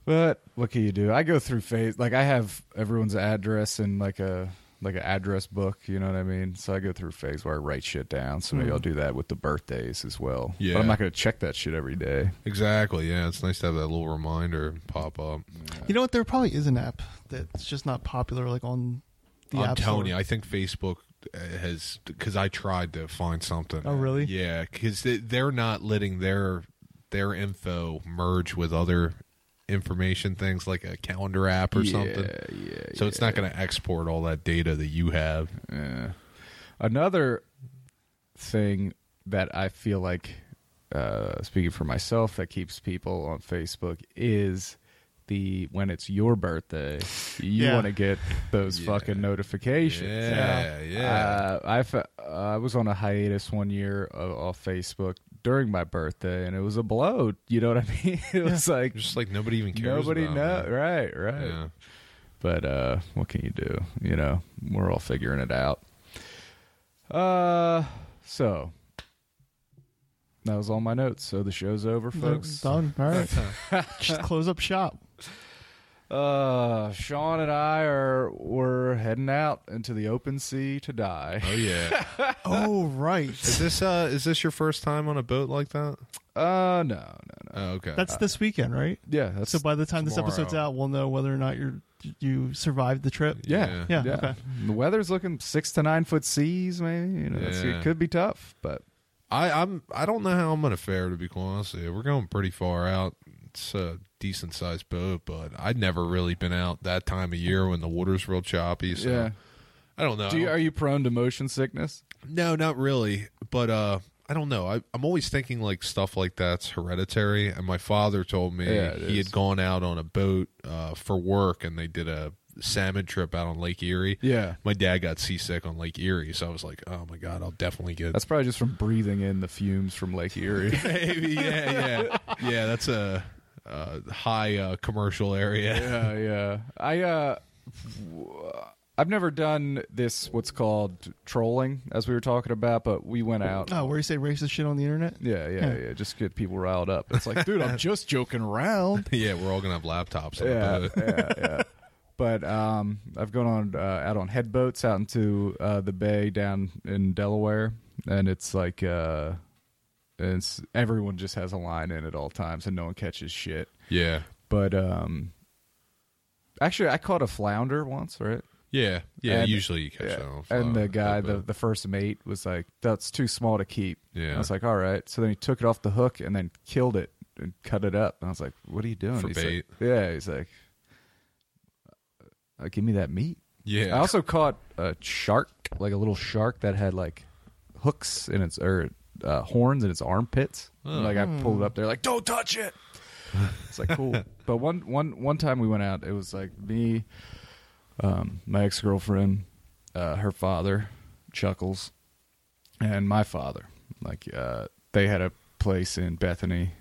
Speaker 1: But what can you do? I go through phase like I have everyone's address in like a like an address book, you know what I mean? So I go through phase where I write shit down. So maybe I'll do that with the birthdays as well.
Speaker 3: Yeah.
Speaker 1: But I'm not gonna check that shit every day.
Speaker 3: Exactly. Yeah, it's nice to have that little reminder pop up.
Speaker 2: You know what? There probably is an app that's just not popular like on the
Speaker 3: I'm
Speaker 2: app.
Speaker 3: telling
Speaker 2: Store.
Speaker 3: you, I think Facebook uh, has because I tried to find something.
Speaker 2: Oh, really?
Speaker 3: Yeah, because they, they're not letting their their info merge with other information things like a calendar app or something.
Speaker 1: Yeah, yeah.
Speaker 3: So it's not going to export all that data that you have.
Speaker 1: Yeah. Another thing that I feel like, uh, speaking for myself, that keeps people on Facebook is the when it's your birthday, you
Speaker 2: Yeah.
Speaker 1: want to get those
Speaker 3: Yeah.
Speaker 1: fucking notifications.
Speaker 3: Yeah, yeah.
Speaker 1: Uh, I fe- I was on a hiatus one year o- off Facebook during my birthday, and it was a blow. You know what I mean? It was like
Speaker 3: Just like nobody even cares.
Speaker 1: nobody know.
Speaker 3: about it.
Speaker 1: Right, right.
Speaker 3: Yeah.
Speaker 1: But uh, what can you do? You know, we're all figuring it out. Uh, so that was all my notes. So the show's over, folks.
Speaker 2: Done. All right. just close up shop.
Speaker 1: Uh, Sean and I are we're heading out into the open sea to die.
Speaker 3: Oh yeah.
Speaker 2: Oh right.
Speaker 3: is this uh is this your first time on a boat like that?
Speaker 1: Uh, no, no, no.
Speaker 3: Oh okay.
Speaker 2: That's this weekend, right?
Speaker 1: Yeah, that's
Speaker 2: So by the time
Speaker 3: tomorrow.
Speaker 2: this episode's out, we'll know whether or not you you survived the trip.
Speaker 1: yeah,
Speaker 2: Yeah, okay.
Speaker 1: The weather's looking six to nine foot seas, maybe. You know, it's-
Speaker 3: Yeah.
Speaker 1: it could be tough, but
Speaker 3: I, I'm I don't know how I'm gonna fare to be quite honest. With you. We're going pretty far out. It's a decent sized boat, but I'd never really been out that time of year when the water's real choppy. So
Speaker 1: yeah.
Speaker 3: I don't know.
Speaker 1: Do you, are you prone to motion sickness?
Speaker 3: no, not really. But uh, I don't know. I, I'm always thinking like stuff like that's hereditary. And my father told me
Speaker 1: Yeah, it
Speaker 3: he
Speaker 1: is.
Speaker 3: had gone out on a boat uh, for work, and they did a salmon trip out on Lake Erie.
Speaker 1: Yeah,
Speaker 3: My dad got seasick on Lake Erie, so I was like, "Oh my god, I'll definitely get
Speaker 1: That's probably just from breathing in the fumes from Lake Erie.
Speaker 3: Maybe, yeah, yeah, yeah. That's a, a high uh, commercial area.
Speaker 1: yeah, yeah. I uh, w- I've never done this what's called trolling, as we were talking about, but we went out.
Speaker 2: Oh, where you say racist shit on the internet?
Speaker 1: Yeah, yeah, yeah. Just get people riled up. It's like, dude, I'm just joking around.
Speaker 3: Yeah, we're all gonna have laptops. On
Speaker 1: Yeah,
Speaker 3: the boat.
Speaker 1: yeah, yeah. But um, I've gone on uh, out on head boats out into uh, the bay down in Delaware, and it's like uh, it's everyone just has a line in at all times, and no one catches shit.
Speaker 3: yeah.
Speaker 1: but um actually i caught a flounder once right
Speaker 3: Yeah, yeah.
Speaker 1: And-
Speaker 3: usually you catch
Speaker 1: Yeah.
Speaker 3: that on fly
Speaker 1: And the
Speaker 3: with it,
Speaker 1: guy, the,
Speaker 3: but-
Speaker 1: the first mate, was like, "That's too small to keep."
Speaker 3: Yeah.
Speaker 1: I was like, "All right." So then he took it off the hook and then killed it and cut it up. And I was like, "What are you doing?"
Speaker 3: For
Speaker 1: he's
Speaker 3: bait.
Speaker 1: Like, yeah, he's like, uh, "Give me that meat."
Speaker 3: yeah,
Speaker 1: I also caught a shark, like a little shark that had like hooks in its or uh, horns in its armpits. And, like I pulled it up there, like don't touch it. It's like cool. but one one one time we went out, it was like me, um, my ex girlfriend, uh, her father, Chuckles, and my father. Like uh, they had a place in Bethany,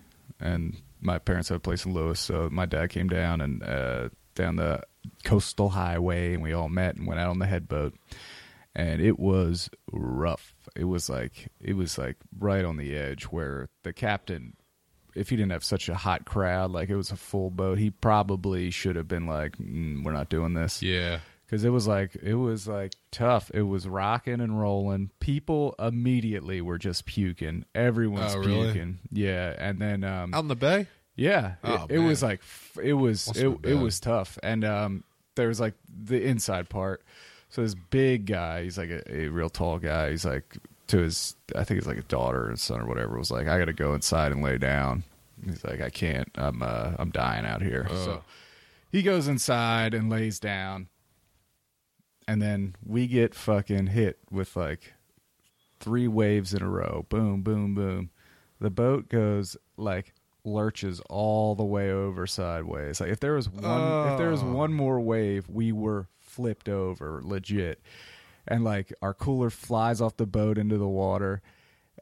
Speaker 1: and my parents had a place in Lewis. So my dad came down and uh, down the coastal highway, and we all met and went out on the headboat. And it was rough. It was like it was like right on the edge where the captain, if he didn't have such a hot crowd, like it was a full boat, he probably should have been like, mm, "We're not doing this."
Speaker 3: yeah.
Speaker 1: because it was like it was like tough. It was rocking and rolling. People immediately were just puking. Everyone's
Speaker 3: Oh, really?
Speaker 1: puking. Yeah, and then um,
Speaker 3: Out in the bay.
Speaker 1: yeah,
Speaker 3: Oh,
Speaker 1: it, it was
Speaker 3: man.
Speaker 1: like f- it was
Speaker 3: Must've
Speaker 1: it,
Speaker 3: been
Speaker 1: it
Speaker 3: bad.
Speaker 1: was tough, and um, there was like the inside part. So this big guy, he's like a, a real tall guy. He's like to his, I think it's like a daughter and son or whatever. Was like, I got to go inside and lay down. He's like, I can't. I'm uh, I'm dying out here. So he goes inside and lays down, and then we get fucking hit with like three waves in a row. Boom, boom, boom. The boat goes like lurches all the way over sideways. Like if there was one if there was one more wave, we were flipped over legit. And like our cooler flies off the boat into the water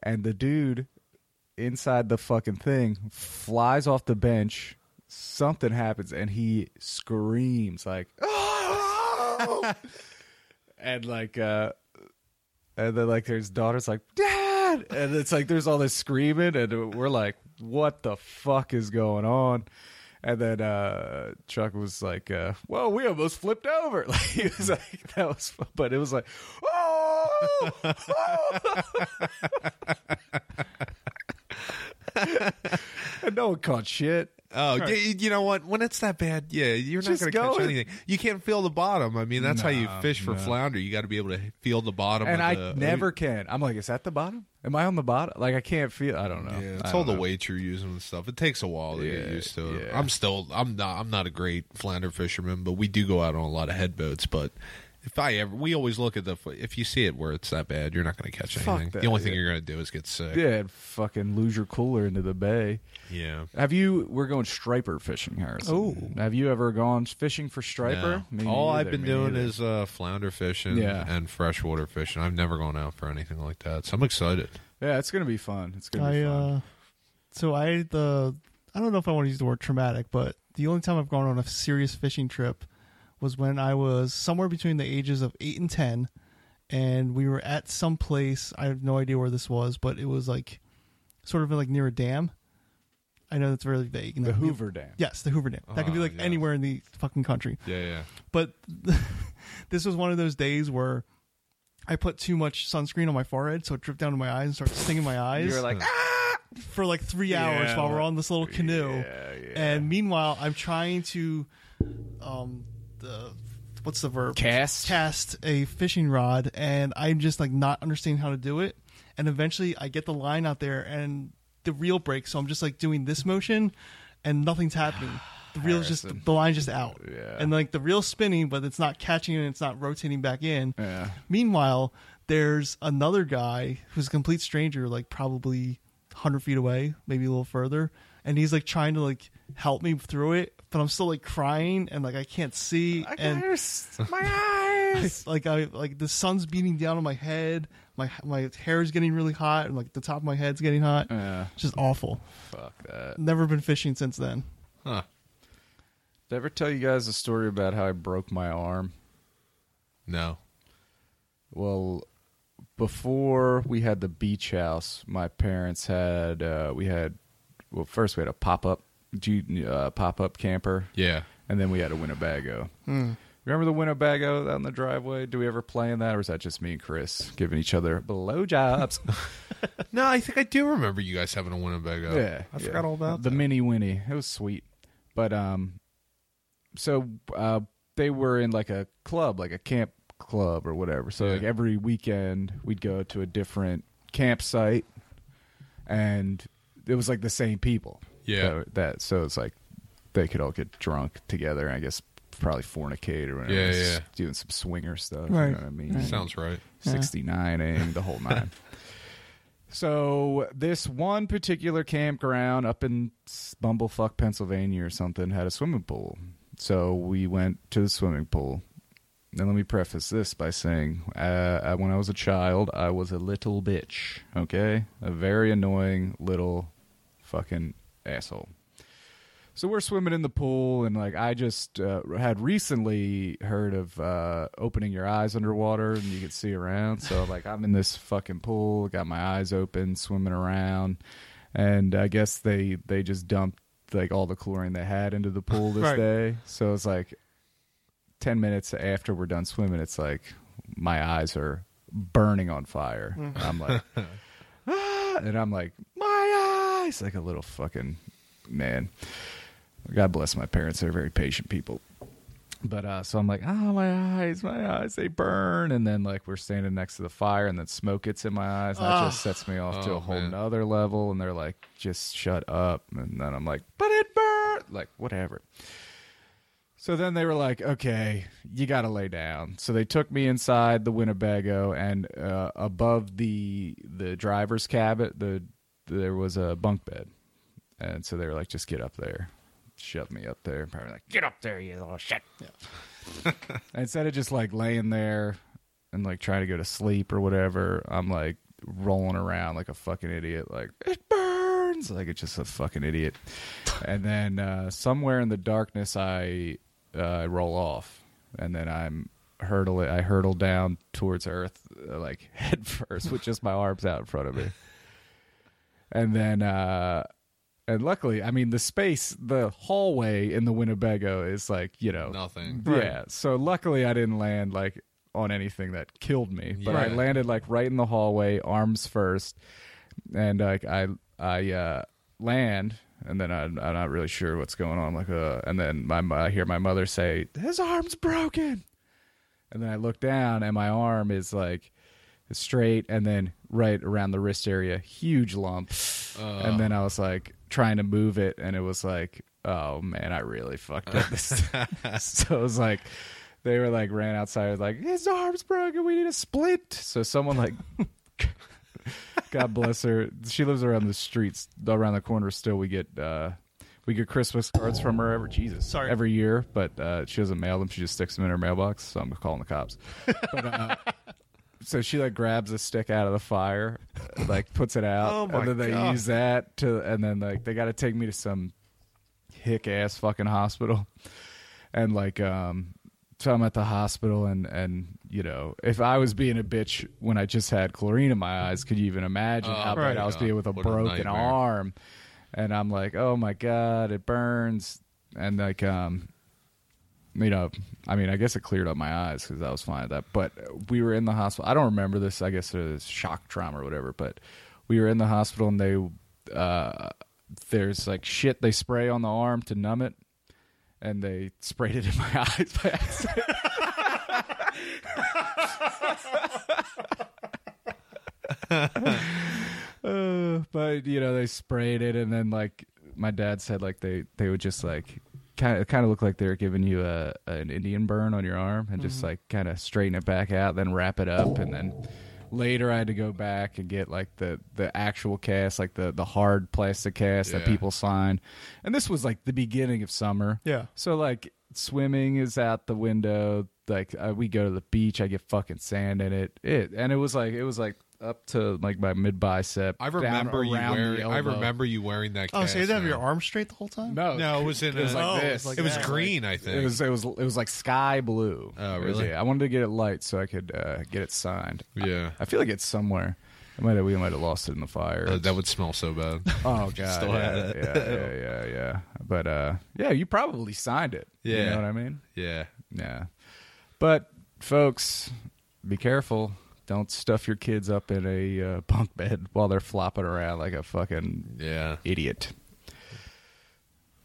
Speaker 1: and the dude inside the fucking thing flies off the bench. Something happens and he screams like "Oh!" and like uh and then like his daughter's like dad and it's like there's all this screaming and we're like what the fuck is going on and then uh chuck was like uh well we almost flipped over like he was like that was fu- but it was like oh, oh!" and no one caught shit
Speaker 3: Oh, y- y- you know what? When it's that bad, yeah, you're not
Speaker 1: Just
Speaker 3: going to
Speaker 1: go
Speaker 3: catch
Speaker 1: with-
Speaker 3: anything. You can't feel the bottom. I mean, that's how you
Speaker 1: No,
Speaker 3: fish for
Speaker 1: no.
Speaker 3: flounder. You got to be able to feel the bottom.
Speaker 1: and
Speaker 3: of
Speaker 1: i
Speaker 3: the-
Speaker 1: never can i'm like is that the bottom am i on the bottom like i can't feel i don't know
Speaker 3: Yeah,
Speaker 1: I
Speaker 3: it's all
Speaker 1: don't
Speaker 3: the
Speaker 1: know.
Speaker 3: weight you're using and stuff. It takes a while to get
Speaker 1: Yeah,
Speaker 3: used to. it.
Speaker 1: yeah.
Speaker 3: I'm still, I'm not, I'm not a great flounder fisherman, but we do go out on a lot of head boats. But if I ever, we always look at the. If you see it where it's that bad, you're not going to catch
Speaker 1: Fuck
Speaker 3: anything.
Speaker 1: that,
Speaker 3: the only thing
Speaker 1: yeah.
Speaker 3: you're going to do is get sick.
Speaker 1: yeah and fucking lose your cooler into the bay
Speaker 3: Yeah.
Speaker 1: Have you? We're going striper fishing, Harrison.
Speaker 2: Oh.
Speaker 1: have you ever gone fishing for striper?
Speaker 3: No.
Speaker 1: Me
Speaker 3: All
Speaker 1: neither,
Speaker 3: I've been
Speaker 1: me
Speaker 3: doing
Speaker 1: neither.
Speaker 3: is uh, flounder fishing
Speaker 1: Yeah.
Speaker 3: and freshwater fishing. I've never gone out for anything like that, so I'm excited.
Speaker 1: yeah, it's gonna be fun. It's gonna
Speaker 2: I
Speaker 1: be fun.
Speaker 2: uh, so I the I don't know if I want to use the word traumatic, but the only time I've gone on a serious fishing trip was when I was somewhere between the ages of eight and ten, and we were at some place. I have no idea where this was, but it was like sort of like near a dam. I know that's very vague. and
Speaker 1: the
Speaker 2: that could be-
Speaker 1: Hoover Ah, Dam.
Speaker 2: Yes, the Hoover Dam. That could be
Speaker 3: Oh,
Speaker 2: like
Speaker 3: yeah.
Speaker 2: anywhere in the fucking country
Speaker 3: Yeah, yeah.
Speaker 2: but this was one of those days where I put too much sunscreen on my forehead, so it dripped down to my eyes and started stinging my eyes.
Speaker 1: You're like, ah,
Speaker 2: for like three hours
Speaker 1: Yeah,
Speaker 2: while we're
Speaker 1: like-
Speaker 2: on this little canoe,
Speaker 1: yeah, yeah.
Speaker 2: and meanwhile I'm trying to, um, the what's the verb?
Speaker 1: Cast?
Speaker 2: Cast a fishing rod, and I'm just like not understanding how to do it, and eventually I get the line out there, and the reel breaks, so I'm just like doing this motion, and nothing's happening. The reel's just
Speaker 1: Harrison.
Speaker 2: the line's just out,
Speaker 1: Yeah.
Speaker 2: and like the reel's spinning, but it's not catching and it's not rotating back in.
Speaker 1: Yeah.
Speaker 2: Meanwhile, there's another guy who's a complete stranger, like probably 100 feet away, maybe a little further, and he's like trying to like help me through it, but I'm still like crying and like I can't see and
Speaker 1: my eyes.
Speaker 2: like I like the sun's beating down on my head, my my hair is getting really hot and like the top of my head's getting hot.
Speaker 1: Yeah.
Speaker 2: It's just awful.
Speaker 1: Fuck that.
Speaker 2: Never been fishing since then.
Speaker 3: Huh.
Speaker 1: Did I ever tell you guys a story about how I broke my arm?
Speaker 3: No.
Speaker 1: Well, before we had the beach house, my parents had uh, we had well first we had a pop up uh, pop up camper.
Speaker 3: Yeah.
Speaker 1: and then we had a Winnebago.
Speaker 3: Hmm.
Speaker 1: Remember the Winnebago out in the driveway? Do we ever play in that, or is that just me and Chris giving each other blowjobs?
Speaker 3: No, I think I do remember you guys having a Winnebago.
Speaker 1: yeah,
Speaker 3: I
Speaker 1: yeah.
Speaker 3: forgot all about
Speaker 1: the
Speaker 3: that.
Speaker 1: mini Winnie. It was sweet, but um, so uh, they were in like a club, like a camp club or whatever. So like
Speaker 3: Yeah.
Speaker 1: every weekend we'd go to a different campsite and it was like the same people.
Speaker 3: Yeah.
Speaker 1: That, that- so it's like they could all get drunk together and I guess probably fornicate or whatever.
Speaker 3: Yeah,
Speaker 1: s-
Speaker 3: yeah.
Speaker 1: Doing some swinger stuff.
Speaker 2: Right.
Speaker 1: You know what I mean?
Speaker 2: Right.
Speaker 3: Sounds right.
Speaker 2: Yeah.
Speaker 1: 69 and the whole nine. so this one particular campground up in s- Bumblefuck, Pennsylvania or something had a swimming pool. So we went to the swimming pool. Now let me preface this by saying, uh, uh, when I was a child, I was a little bitch. Okay, a very annoying little fucking asshole. So we're swimming in the pool, and like I just uh, had recently heard of uh, opening your eyes underwater and you could see around. So like I'm in this fucking pool, got my eyes open, swimming around, and I guess they they just dumped like all the chlorine they had into the pool this
Speaker 2: Right.
Speaker 1: day. So it's like ten minutes after we're done swimming, it's like my eyes are burning on fire. I'm like, "Ah," and I'm like, my eyes, like a little fucking man. God bless my parents; they're very patient people. But uh, so I'm like, ah, my eyes, my eyes, they burn. And then like we're standing next to the fire, and then smoke gets in my eyes, and that just sets me off to
Speaker 3: Oh,
Speaker 1: a whole
Speaker 3: man.
Speaker 1: nother level. And they're like, just shut up. And then I'm like, but it burned. Like whatever. So then they were like, okay, you got to lay down. So they took me inside the Winnebago and uh, above the the driver's cabin, the there was a bunk bed. And so they were like, just get up there. Shoved me up there. Probably like, get up there, you little shit. Instead of just like laying there and like trying to go to sleep or whatever, I'm like rolling around like a fucking idiot. Like, it burns. Like, it's just a fucking idiot. and then uh, somewhere in the darkness, I, uh, I roll off. And then I'm hurtle I hurtle down towards earth uh, like head first with just my arms out in front of me and then uh and luckily i mean the space the hallway in the winnebago is like you know
Speaker 3: Nothing.
Speaker 1: yeah so luckily i didn't land like on anything that killed me but i
Speaker 3: Yeah.
Speaker 1: landed like right in the hallway arms first and like i i uh land and then I, I'm not really sure what's going on. Like, uh, and then my mo- I hear my mother say, "His arm's broken," and then I look down, and my arm is like straight, and then right around the wrist area, huge lump and then I was like trying to move it, and it was like, oh man, I really fucked up this. so it was like, they were like ran outside, was like his arm's broken, we need a splint. So someone like, God bless her, she lives around the streets, around the corner. Still, we get. uh we get Christmas cards from her every Jesus
Speaker 2: Sorry.
Speaker 1: every year, but uh, she doesn't mail them. She just sticks them in her mailbox. So I'm calling the cops so she like grabs a stick out of the fire, like puts it out,
Speaker 3: Oh my
Speaker 1: and then they
Speaker 3: God.
Speaker 1: use that to, and then like they got to take me to some hick ass fucking hospital, and like um, so I'm at the hospital, and and you know if I was being a bitch when I just had chlorine in my eyes, could you even imagine
Speaker 3: Oh
Speaker 1: how
Speaker 3: my
Speaker 1: bad I was
Speaker 3: God.
Speaker 1: being with a
Speaker 3: What a
Speaker 1: broken
Speaker 3: nightmare.
Speaker 1: arm? And I'm like, oh my god, it burns, and like um, you know, I mean, I guess it cleared up my eyes because I was fine at that. But we were in the hospital. I don't remember this. I guess it was shock trauma or whatever. But we were in the hospital and they, uh, there's like shit they spray on the arm to numb it, and they sprayed it in my eyes by accident. Uh, but you know, they sprayed it, and then like my dad said, like they they would just like kind of kind of look like they were giving you a an Indian burn on your arm, and just like kind of straighten it back out, then wrap it up, and then later I had to go back and get like the the actual cast, like the the hard plastic cast that
Speaker 3: Yeah.
Speaker 1: people sign, and this was like the beginning of summer,
Speaker 2: Yeah.
Speaker 1: so like swimming is out the window. Like uh, we go to the beach, I get fucking sand in it. It and it was like it was like up to like my mid bicep.
Speaker 3: I
Speaker 1: down
Speaker 3: remember you
Speaker 1: around the
Speaker 3: wearing. I
Speaker 1: elbow.
Speaker 3: remember you wearing that.
Speaker 2: Oh, so you
Speaker 3: cast
Speaker 2: didn't have
Speaker 3: now.
Speaker 2: your arm straight the whole time?
Speaker 1: No,
Speaker 3: No, it was in.
Speaker 1: it was
Speaker 3: a-
Speaker 1: like
Speaker 2: Oh, it
Speaker 1: this.
Speaker 2: was like
Speaker 3: it was
Speaker 2: that.
Speaker 3: green, I think.
Speaker 1: It was it was it was like sky blue.
Speaker 3: Oh,
Speaker 1: It was-
Speaker 3: really?
Speaker 1: yeah, I wanted to get it light so I could uh, get it signed.
Speaker 3: yeah,
Speaker 1: I feel like it's somewhere. I might have, we might have lost it in the fire.
Speaker 3: Uh, that would smell so bad.
Speaker 1: Oh god,
Speaker 3: Still
Speaker 1: yeah,
Speaker 3: had
Speaker 1: yeah, yeah, yeah, yeah. But uh, yeah, you probably signed it. you
Speaker 3: Yeah.
Speaker 1: know what I mean.
Speaker 3: yeah,
Speaker 1: Yeah. But folks, be careful. Don't stuff your kids up in a uh, bunk bed while they're flopping around like a fucking
Speaker 3: yeah.
Speaker 1: idiot.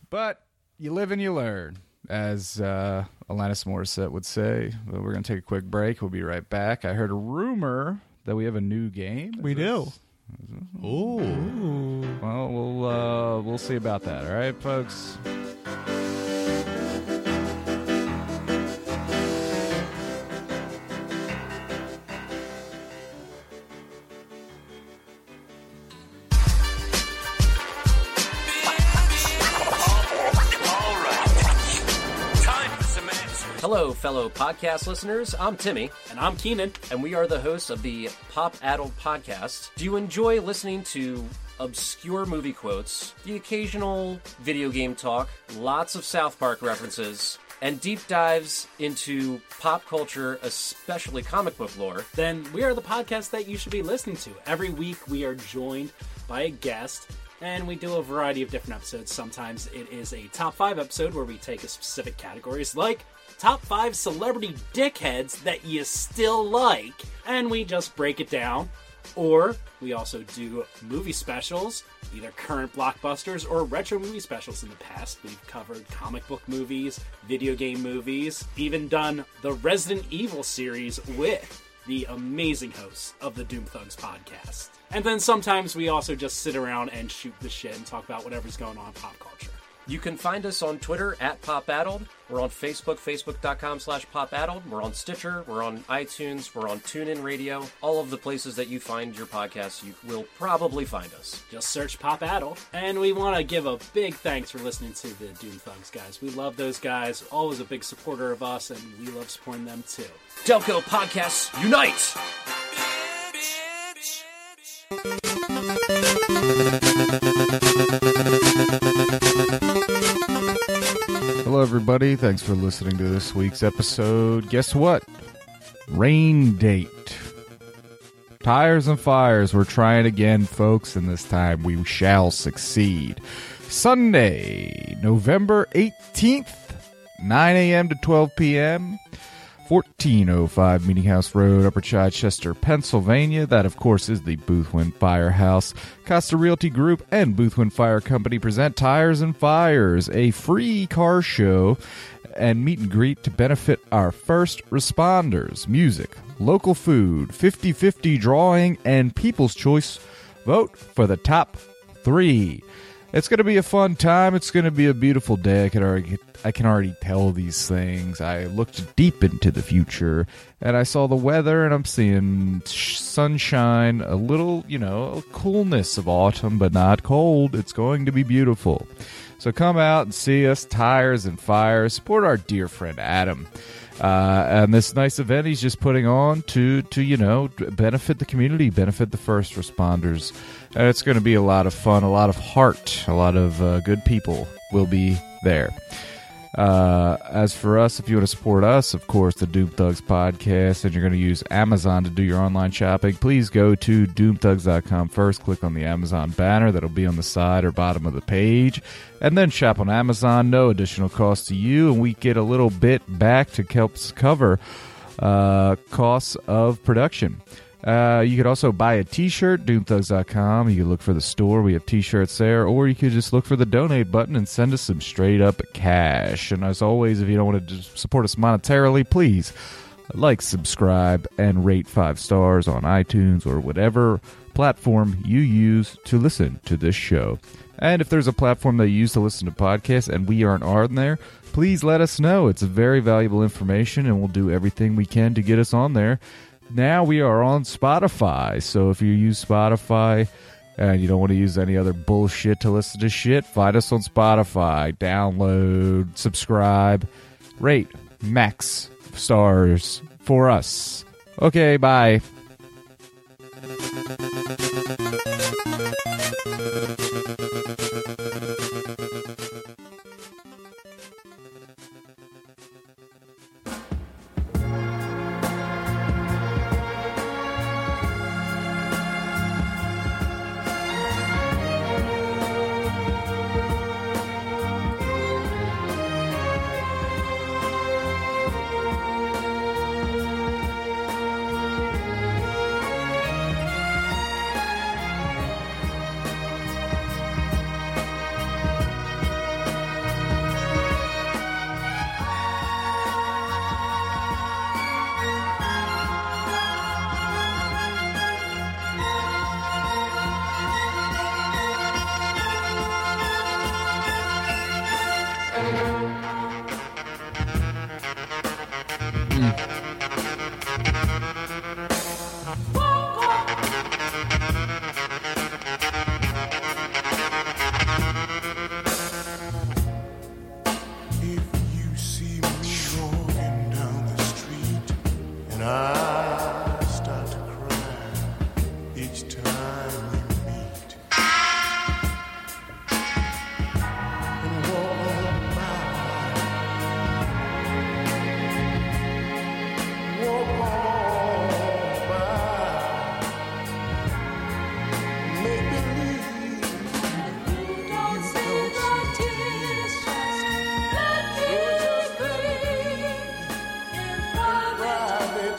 Speaker 1: But you live and you learn. as uh, Alanis Morissette would say. But we're going to take a quick break. We'll be right back. I heard a rumor that we have a new game. Is
Speaker 2: We do.
Speaker 3: Ooh.
Speaker 2: Ooh.
Speaker 1: Well, we'll uh, we'll see about that. All right, folks.
Speaker 4: Time for some answers.
Speaker 5: Hello, fellow podcast listeners. I'm Timmy.
Speaker 4: And I'm Keenan.
Speaker 5: and we are the hosts of the Pop Addled podcast. Do you enjoy listening to obscure movie quotes, the occasional video game talk, lots of South Park references, and deep dives into pop culture, especially comic book lore?
Speaker 6: then we are the podcast that you should be listening to. Every week, we are joined by a guest, and we do a variety of different episodes. Sometimes it is a top five episode where we take a specific categories like top five celebrity dickheads that you still like, and we just break it down. Or we also do movie specials, either current blockbusters or retro movie specials. In the past, we've covered comic book movies, video game movies, even done the Resident Evil series with the amazing hosts of the Doom Thugs podcast. And then sometimes we also just sit around and shoot the shit and talk about whatever's going on in pop culture.
Speaker 5: You can find us on Twitter at Pop Addled. We're on Facebook, facebook.com slash Pop Addled. We're on Stitcher. We're on iTunes. We're on TuneIn Radio. All of the places that you find your podcasts, you will probably find us.
Speaker 6: Just search Pop Addle. And we want to give a big thanks for listening to the Doom Thugs guys. We love those guys, always a big supporter of us, and we love supporting them too.
Speaker 5: Delco Podcasts Unite!
Speaker 1: Hello, everybody. Thanks for listening to this week's episode. Guess what? Rain date. Tires and fires. We're trying again, folks, and this time we shall succeed. Sunday, November 18th, 9 a.m. to 12 p.m. 1405 Meeting House Road, Upper Chichester, Pennsylvania. That, of course, is the Boothwin Firehouse. Costa Realty Group and Boothwin Fire Company present Tires and Fires, a free car show and meet and greet to benefit our first responders. Music, local food, 50 50 drawing, and People's Choice. Vote for the top three. It's going to be a fun time. It's going to be a beautiful day. I can already I can already tell these things. I looked deep into the future and I saw the weather and I'm seeing sh- sunshine, a little, you know, coolness of autumn but not cold. It's going to be beautiful. So come out and see us tires and fires. Support our dear friend Adam. Uh, and this nice event he's just putting on to to you know benefit the community, benefit the first responders, and it's going to be a lot of fun, a lot of heart, a lot of uh, good people will be there. Uh, as for us, if you want to support us, of course, the Doom Thugs podcast, and you're going to use Amazon to do your online shopping, please go to doomthugs.com first. Click on the Amazon banner that'll be on the side or bottom of the page, and then shop on Amazon. No additional cost to you, and we get a little bit back to help us cover uh, costs of production. Uh, you could also buy a t-shirt, doomthugs.com. You can look for the store. We have t-shirts there. Or you could just look for the donate button and send us some straight up cash. And as always, if you don't want to just support us monetarily, please like, subscribe, and rate five stars on iTunes or whatever platform you use to listen to this show. And if there's a platform that you use to listen to podcasts and we aren't on there, please let us know. It's very valuable information and we'll do everything we can to get us on there. Now we are on Spotify. So if you use Spotify and you don't want to use any other bullshit to listen to shit, find us on Spotify. Download, subscribe, rate, max stars for us. Okay, bye.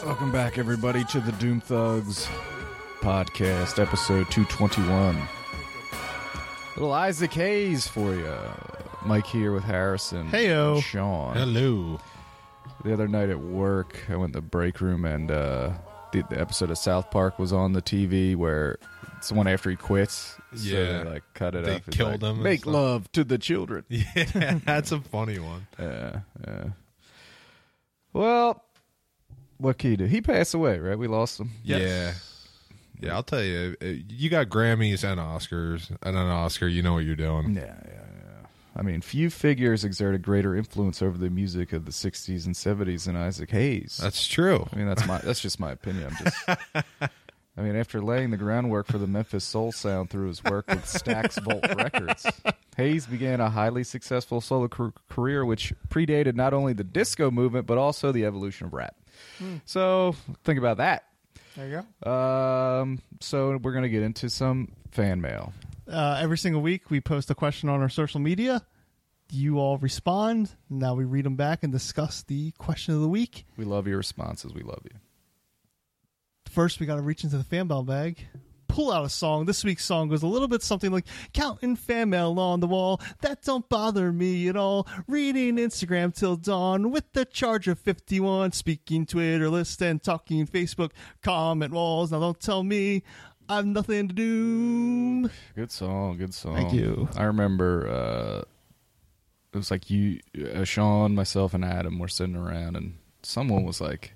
Speaker 1: Welcome back, everybody, to the Doom Thugs podcast, episode 221. Little Isaac Hayes for you. Mike here with Harrison.
Speaker 2: Heyo.
Speaker 1: and Sean.
Speaker 3: Hello.
Speaker 1: The other night at work, I went to the break room and uh, the, the episode of South Park was on the TV where someone after he quits, so
Speaker 3: Yeah.
Speaker 1: they, like cut it
Speaker 3: They
Speaker 1: up. It's like,
Speaker 3: killed him and
Speaker 1: Make
Speaker 3: stuff.
Speaker 1: love to the children.
Speaker 3: Yeah, that's a funny one.
Speaker 1: Yeah, yeah. Well, what can you do? He passed away, right? We lost him.
Speaker 3: Yeah. Yeah, I'll tell you. uh, You got Grammys and Oscars, and an Oscar. You know what you're doing.
Speaker 1: Yeah, yeah, yeah. I mean, few figures exerted greater influence over the music of the '60s and '70s than Isaac Hayes.
Speaker 3: That's true.
Speaker 1: I mean, that's my that's just my opinion. I'm just. I mean, after laying the groundwork for the Memphis soul sound through his work with Stax Volt Records, Hayes began a highly successful solo car- career which predated not only the disco movement but also the evolution of rap. So think about that.
Speaker 2: There you go.
Speaker 1: Um, so we're gonna get into some fan mail.
Speaker 2: uh, every single week we post a question on our social media you all respond now we read them back and discuss the question of the week
Speaker 1: We love your responses. We love you.
Speaker 2: first we got to reach into the fan mail bag pull out a song this week's song goes a little bit something like counting fan mail on the wall that don't bother me at all reading instagram till dawn with the charge of 51 speaking twitter list and talking facebook comment walls now don't tell me i've nothing to do
Speaker 1: Good song, good song.
Speaker 2: Thank you.
Speaker 1: I remember uh, it was like you, uh, Sean, myself, and Adam were sitting around, and someone was like,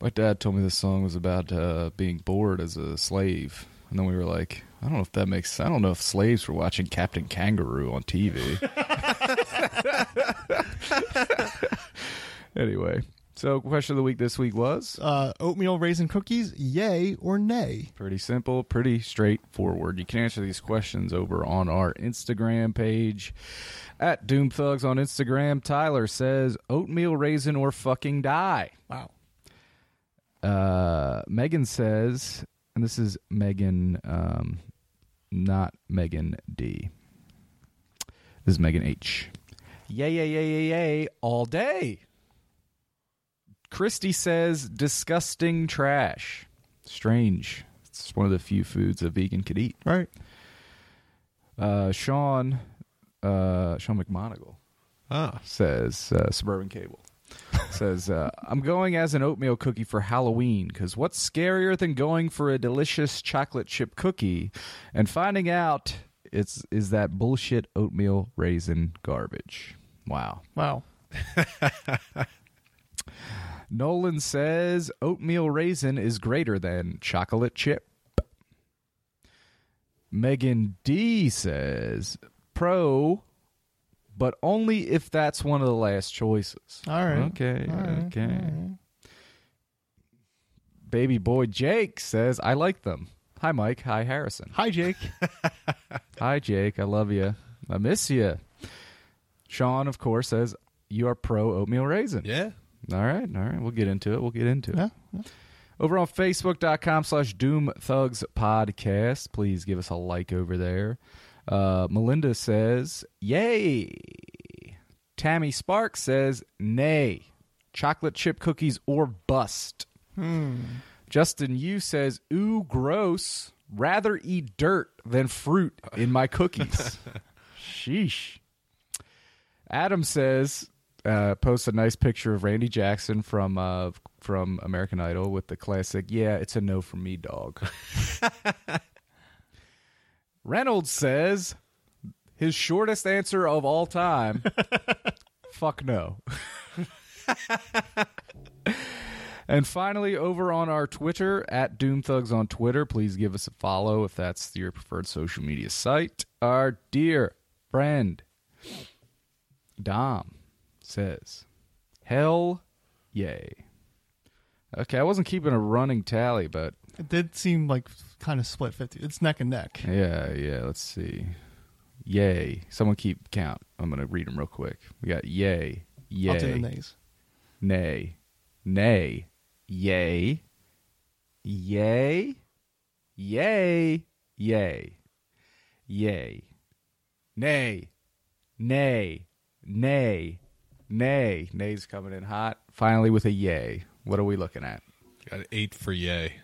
Speaker 1: "My dad told me this song was about uh, being bored as a slave," and then we were like, "I don't know if that makes. I don't know if slaves were watching Captain Kangaroo on TV." anyway, so question of the week this week was
Speaker 2: uh, oatmeal raisin cookies yay or nay
Speaker 1: Pretty simple, pretty straightforward. You can answer these questions over on our Instagram page at Doom Thugs on Instagram. Tyler says oatmeal raisin or fucking die.
Speaker 2: wow
Speaker 1: Uh, Megan says, and this is Megan, um, not Megan D. This is Megan H. Yay, yay, yay, yay, yay, all day. Christy says, disgusting trash. Strange. It's one of the few foods a vegan could eat.
Speaker 2: Right.
Speaker 1: Uh, Sean, uh, Sean McMonagle
Speaker 3: Ah,
Speaker 1: says uh, suburban cable says uh, i'm going as an oatmeal cookie for halloween because what's scarier than going for a delicious chocolate chip cookie and finding out it's is that bullshit oatmeal raisin garbage wow
Speaker 2: Wow.
Speaker 1: nolan says oatmeal raisin is greater than chocolate chip megan d says pro but only if that's one of the last choices
Speaker 2: All right.
Speaker 1: Okay.
Speaker 2: All right,
Speaker 1: Okay.
Speaker 2: all right.
Speaker 1: Baby boy Jake says, I like them. Hi, Mike. Hi, Harrison.
Speaker 2: Hi, Jake.
Speaker 1: Hi, Jake. I love you. I miss you. Sean, of course, says, You are pro oatmeal raisin.
Speaker 3: yeah.
Speaker 1: All right. All right. We'll get into it. We'll get into it.
Speaker 2: Yeah,
Speaker 1: Over on Facebook.com slash Doom Thugs Podcast. Please give us a like over there. Uh, Melinda says, Yay. Tammy Sparks says, Nay. Chocolate chip cookies or bust.
Speaker 2: Hmm.
Speaker 1: Justin Yu says, Ooh, gross. Rather eat dirt than fruit in my cookies. Sheesh. Adam says, uh, posts a nice picture of Randy Jackson from uh, from American Idol with the classic, "Yeah, it's a no from me, dog." Reynolds says his shortest answer of all time, "Fuck no." And finally, over on our Twitter at Doom Thugs on Twitter, please give us a follow if that's your preferred social media site. Our dear friend Dom says, "Hell, yay." Okay, I wasn't keeping a running tally, but
Speaker 2: It did seem like kind of split 50. It's neck and neck.
Speaker 1: yeah, yeah. Let's see. Yay! Someone keep count. I'm gonna read them real quick. We got yay,
Speaker 2: I'll do
Speaker 1: yay,
Speaker 2: the nays.
Speaker 1: nay, nay, yay, yay, yay, yay, yay, nay, nay, nay, nay. Nay's coming in hot. Finally with a yay. What are we looking at?
Speaker 3: Got eight for yay.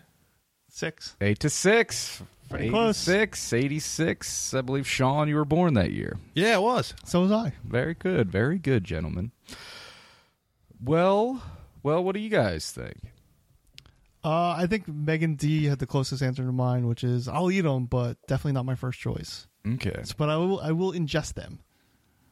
Speaker 2: Six.
Speaker 1: Eight to six.
Speaker 2: Pretty close.
Speaker 1: 86, 86. I believe, Sean, you were born that year.
Speaker 3: Yeah, it was.
Speaker 2: So was I.
Speaker 1: Very good. Very good, gentlemen. Well, well, what do you guys think?
Speaker 2: Uh, I think Megan D had the closest answer to mine, which is I'll eat them, but definitely not my first choice.
Speaker 1: Okay.
Speaker 2: But I will I will ingest them.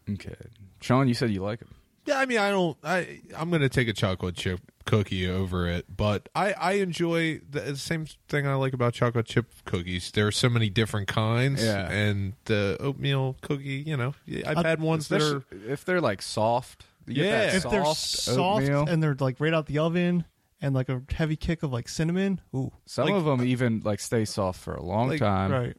Speaker 1: Okay. Sean, you said you like him.
Speaker 3: Yeah, I mean, I don't. I I'm gonna take a chocolate chip cookie over it, but I I enjoy the, the same thing I like about chocolate chip cookies. There are so many different kinds,
Speaker 1: Yeah.
Speaker 3: and the oatmeal cookie. You know, I've
Speaker 2: Uh,
Speaker 3: had ones that are.
Speaker 1: if they're like soft, you get
Speaker 3: Yeah.
Speaker 1: that
Speaker 3: If
Speaker 2: If they're
Speaker 1: soft
Speaker 2: soft
Speaker 1: oatmeal.
Speaker 2: and they're like right out the oven and like a heavy kick of like cinnamon, ooh,
Speaker 1: Some
Speaker 3: like-
Speaker 1: of them even like stay soft for a long
Speaker 3: Like,
Speaker 1: time.
Speaker 2: right.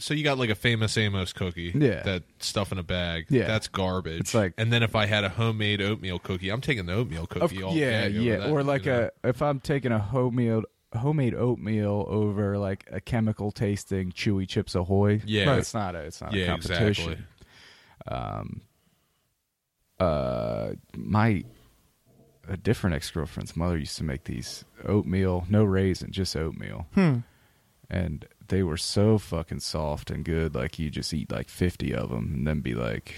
Speaker 3: So you got like a famous Amos cookie,
Speaker 1: Yeah.
Speaker 3: that stuff in a bag,
Speaker 1: Yeah.
Speaker 3: that's garbage.
Speaker 1: It's like-
Speaker 3: and then if I had a homemade oatmeal cookie, I'm taking the oatmeal
Speaker 1: Of-
Speaker 3: cookie all
Speaker 1: yeah,
Speaker 3: day. over
Speaker 1: yeah.
Speaker 3: that,
Speaker 1: or like
Speaker 3: you know?
Speaker 1: a if I'm taking a homemade homemade oatmeal over like a chemical tasting chewy chips ahoy.
Speaker 3: Yeah.
Speaker 1: But it's not a it's not a
Speaker 3: yeah,
Speaker 1: competition. Um,
Speaker 3: exactly.
Speaker 1: uh, my a different ex girlfriend's mother used to make these oatmeal, no raisin, just oatmeal,
Speaker 2: Hmm.
Speaker 1: and they were so fucking soft and good. Like you just eat like fifty of them and then be like,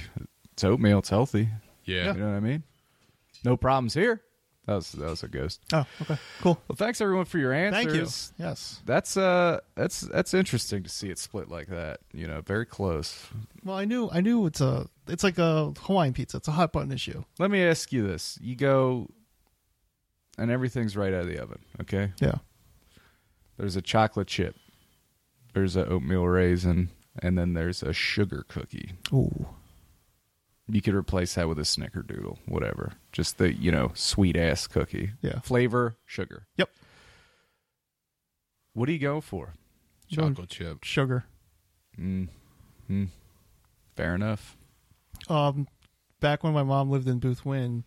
Speaker 1: "It's oatmeal, it's healthy."
Speaker 3: Yeah.
Speaker 1: You know what I mean? No problems here. That was that was a ghost.
Speaker 2: Oh, okay, cool.
Speaker 1: Well, thanks everyone for your answers.
Speaker 2: Thank you. Yes.
Speaker 1: That's uh, that's that's interesting to see it split like that. You know, very close.
Speaker 2: Well, I knew I knew it's a it's like a Hawaiian pizza. It's a hot button issue.
Speaker 1: Let me ask you this: You go, and everything's right out of the oven. Okay,
Speaker 2: Yeah.
Speaker 1: there's a chocolate chip, there's a oatmeal raisin, and then there's a sugar cookie.
Speaker 2: Ooh.
Speaker 1: You could replace that with a snickerdoodle, whatever. Just the you know sweet ass cookie.
Speaker 2: Yeah.
Speaker 1: flavor sugar.
Speaker 2: Yep.
Speaker 1: What do you go for?
Speaker 3: Chocolate chip.
Speaker 2: Sugar.
Speaker 1: Mm. Mm. Fair enough.
Speaker 2: Um, back when my mom lived in Booth Wynn,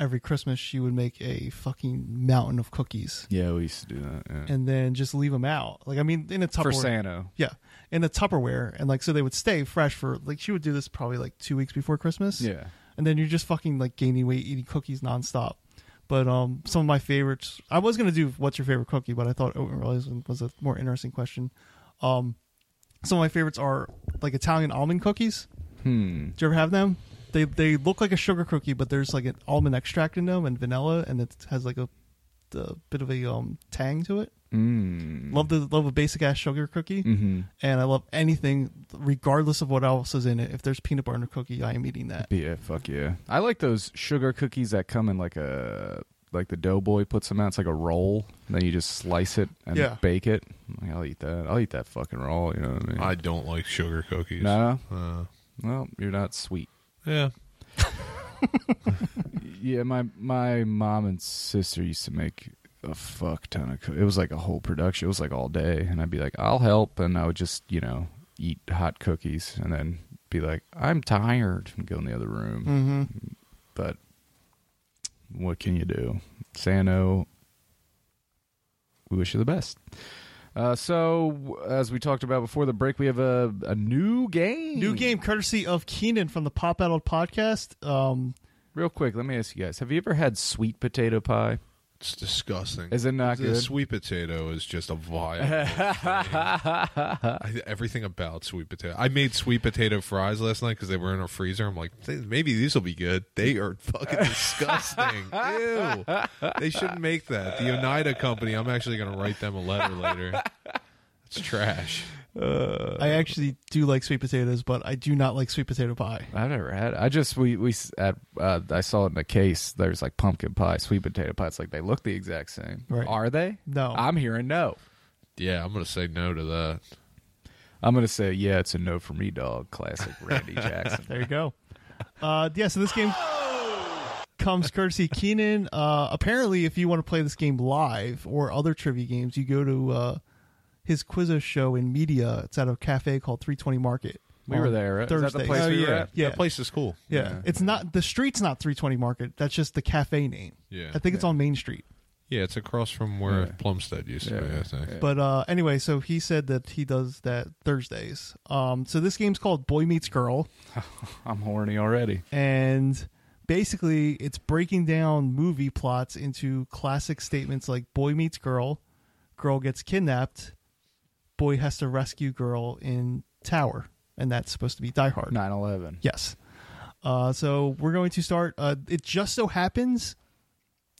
Speaker 2: every Christmas she would make a fucking mountain of cookies
Speaker 1: Yeah, we used to do that. yeah.
Speaker 2: and then just leave them out. Like I mean, in a Tupperware.
Speaker 1: For Sano.
Speaker 2: Yeah, in a Tupperware, and like so they would stay fresh for like she would do this probably like two weeks before Christmas.
Speaker 1: Yeah.
Speaker 2: and then you're just fucking like gaining weight eating cookies nonstop. But um, some of my favorites. I was gonna do what's your favorite cookie, but I thought oatmeal raisin was a more interesting question. Um, some of my favorites are like Italian almond cookies.
Speaker 1: Hmm.
Speaker 2: Do you ever have them? They they look like a sugar cookie, but there's like an almond extract in them and vanilla, and it has like a, a bit of a um tang to it.
Speaker 1: Mm.
Speaker 2: Love the love a basic ass sugar cookie,
Speaker 1: hmm
Speaker 2: and I love anything regardless of what else is in it. If there's peanut butter in a cookie, I am eating that.
Speaker 1: Yeah, fuck yeah. I like those sugar cookies that come in like a like the doughboy puts them out. It's like a roll. And then you just slice it and
Speaker 2: Yeah.
Speaker 1: bake it. Like, I'll eat that. I'll eat that fucking roll. You know what I mean?
Speaker 3: I don't like sugar cookies.
Speaker 1: no.
Speaker 3: Uh,
Speaker 1: Well, you're not sweet.
Speaker 3: yeah.
Speaker 1: Yeah, my my mom and sister used to make a fuck ton of. Cookies. It was like a whole production. It was like all day, and I'd be like, I'll help, and I would just you know eat hot cookies, and then be like, I'm tired, and go in the other room.
Speaker 2: Mm-hmm.
Speaker 1: but what can you do? Sano, we wish you the best. Uh, so, as we talked about before the break, we have a, a new game.
Speaker 2: New game courtesy of Keenan from the Pop Adult Podcast. Um,
Speaker 1: Real quick, let me ask you guys have you ever had sweet potato pie?
Speaker 3: It's disgusting.
Speaker 1: Is it not
Speaker 3: the
Speaker 1: good?
Speaker 3: sweet potato is just a vile. I- everything about sweet potato. I made sweet potato fries last night because they were in our freezer. I'm like, "Th- maybe these will be good. They are fucking disgusting. Ew. They shouldn't make that. The Oneida Company. I'm actually going to write them a letter later. It's trash.
Speaker 2: I actually do like sweet potatoes, but I do not like sweet potato pie.
Speaker 1: I've never had. I just we we s- at uh, I saw it in a case. There's like pumpkin pie, sweet potato pie. It's like they look the exact same.
Speaker 2: Right.
Speaker 1: Are they?
Speaker 2: No.
Speaker 1: I'm hearing no.
Speaker 3: Yeah, I'm going to say no to that.
Speaker 1: I'm gonna say yeah. It's a no for me, dog. Classic Randy Jackson.
Speaker 2: There you go. Uh, yeah, so this game comes courtesy Keenan. Uh, apparently, if you want to play this game live or other trivia games, you go to uh, his Quizzo show in media. It's at a cafe called 320 Market.
Speaker 1: We were
Speaker 2: on
Speaker 1: there, right? Is that the
Speaker 2: Thursdays.
Speaker 1: place
Speaker 3: Oh,
Speaker 1: we were
Speaker 3: yeah.
Speaker 1: at?
Speaker 2: Yeah.
Speaker 3: That place is cool.
Speaker 2: Yeah. it's not the street's not 320 Market. That's just the cafe name.
Speaker 3: Yeah.
Speaker 2: I think it's on Main Street.
Speaker 3: Yeah, it's across from where Plumstead used to be,
Speaker 1: Yeah.
Speaker 3: I think.
Speaker 2: But uh, anyway, so he said that he does that Thursdays. Um, so this game's called Boy Meets Girl,
Speaker 1: I'm horny already.
Speaker 2: and basically it's breaking down movie plots into classic statements like boy meets girl, girl gets kidnapped, boy has to rescue girl in tower, and that's supposed to be Die Hard.
Speaker 1: 9 11.
Speaker 2: Yes. Uh, so we're going to start. Uh, it just so happens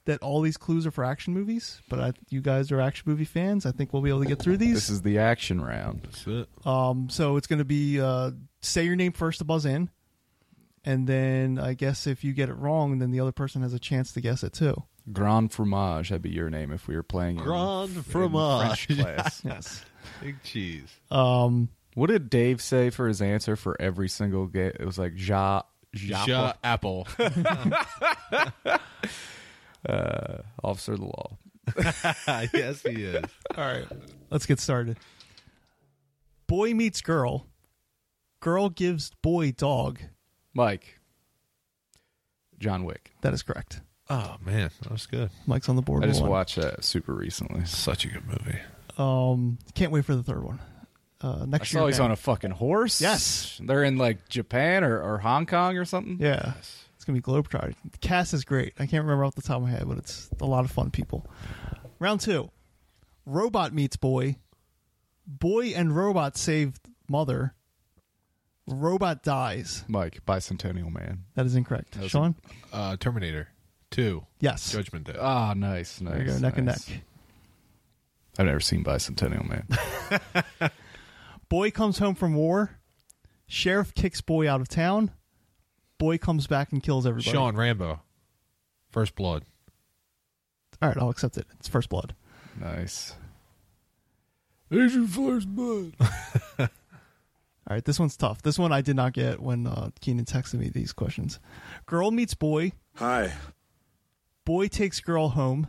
Speaker 2: that all these clues are for action movies, but I, you guys are action movie fans. I think we'll be able to get through
Speaker 1: This
Speaker 2: these.
Speaker 1: is the action round.
Speaker 3: That's it.
Speaker 2: Um, so it's going to be uh, say your name first to buzz in, and then I guess if you get it wrong, then the other person has a chance to guess it too.
Speaker 1: Grand Fromage, that'd be your name if we were playing in-
Speaker 3: Grand
Speaker 1: in
Speaker 3: Fromage.
Speaker 1: French class.
Speaker 2: Yes.
Speaker 3: Big cheese.
Speaker 2: Um,
Speaker 1: What did Dave say for his answer for every single game? It was like ja, ja,
Speaker 3: Ja apple.
Speaker 1: officer of the law.
Speaker 3: yes, he is.
Speaker 2: all right, let's get started. Boy meets girl. Girl gives boy dog.
Speaker 1: Mike, John Wick.
Speaker 2: That is correct.
Speaker 3: Oh man, that was good.
Speaker 2: Mike's on the board.
Speaker 1: I just
Speaker 2: One.
Speaker 1: watched that super recently.
Speaker 3: Such a good movie.
Speaker 2: Um, can't wait for the third one. Uh,
Speaker 1: I
Speaker 2: next year.
Speaker 1: saw he's
Speaker 2: man.
Speaker 1: on a fucking horse.
Speaker 2: Yes.
Speaker 1: they're in like Japan or, or Hong Kong or something.
Speaker 2: yeah, it's gonna be Globetrotter. The cast is great. I can't remember off the top of my head, but it's a lot of fun. People. Round two. Robot meets boy. Boy and robot save mother. Robot dies.
Speaker 1: Mike, Bicentennial Man.
Speaker 2: That is incorrect.
Speaker 1: was
Speaker 2: Sean.
Speaker 3: Uh, Terminator Two,
Speaker 2: yes.
Speaker 3: Judgment Day.
Speaker 1: Ah, nice, nice.
Speaker 2: there you go. Neck and neck.
Speaker 1: nice. I've never seen Bicentennial Man.
Speaker 2: Boy comes home from war. Sheriff kicks boy out of town. Boy comes back and kills everybody.
Speaker 3: Sean Rambo, First Blood.
Speaker 2: All right, I'll accept it. It's first blood.
Speaker 1: nice. There's your first blood.
Speaker 2: All right, this one's tough. This one I did not get when uh, Keenan texted me these questions. Girl meets boy.
Speaker 7: Hi.
Speaker 2: Boy takes girl home.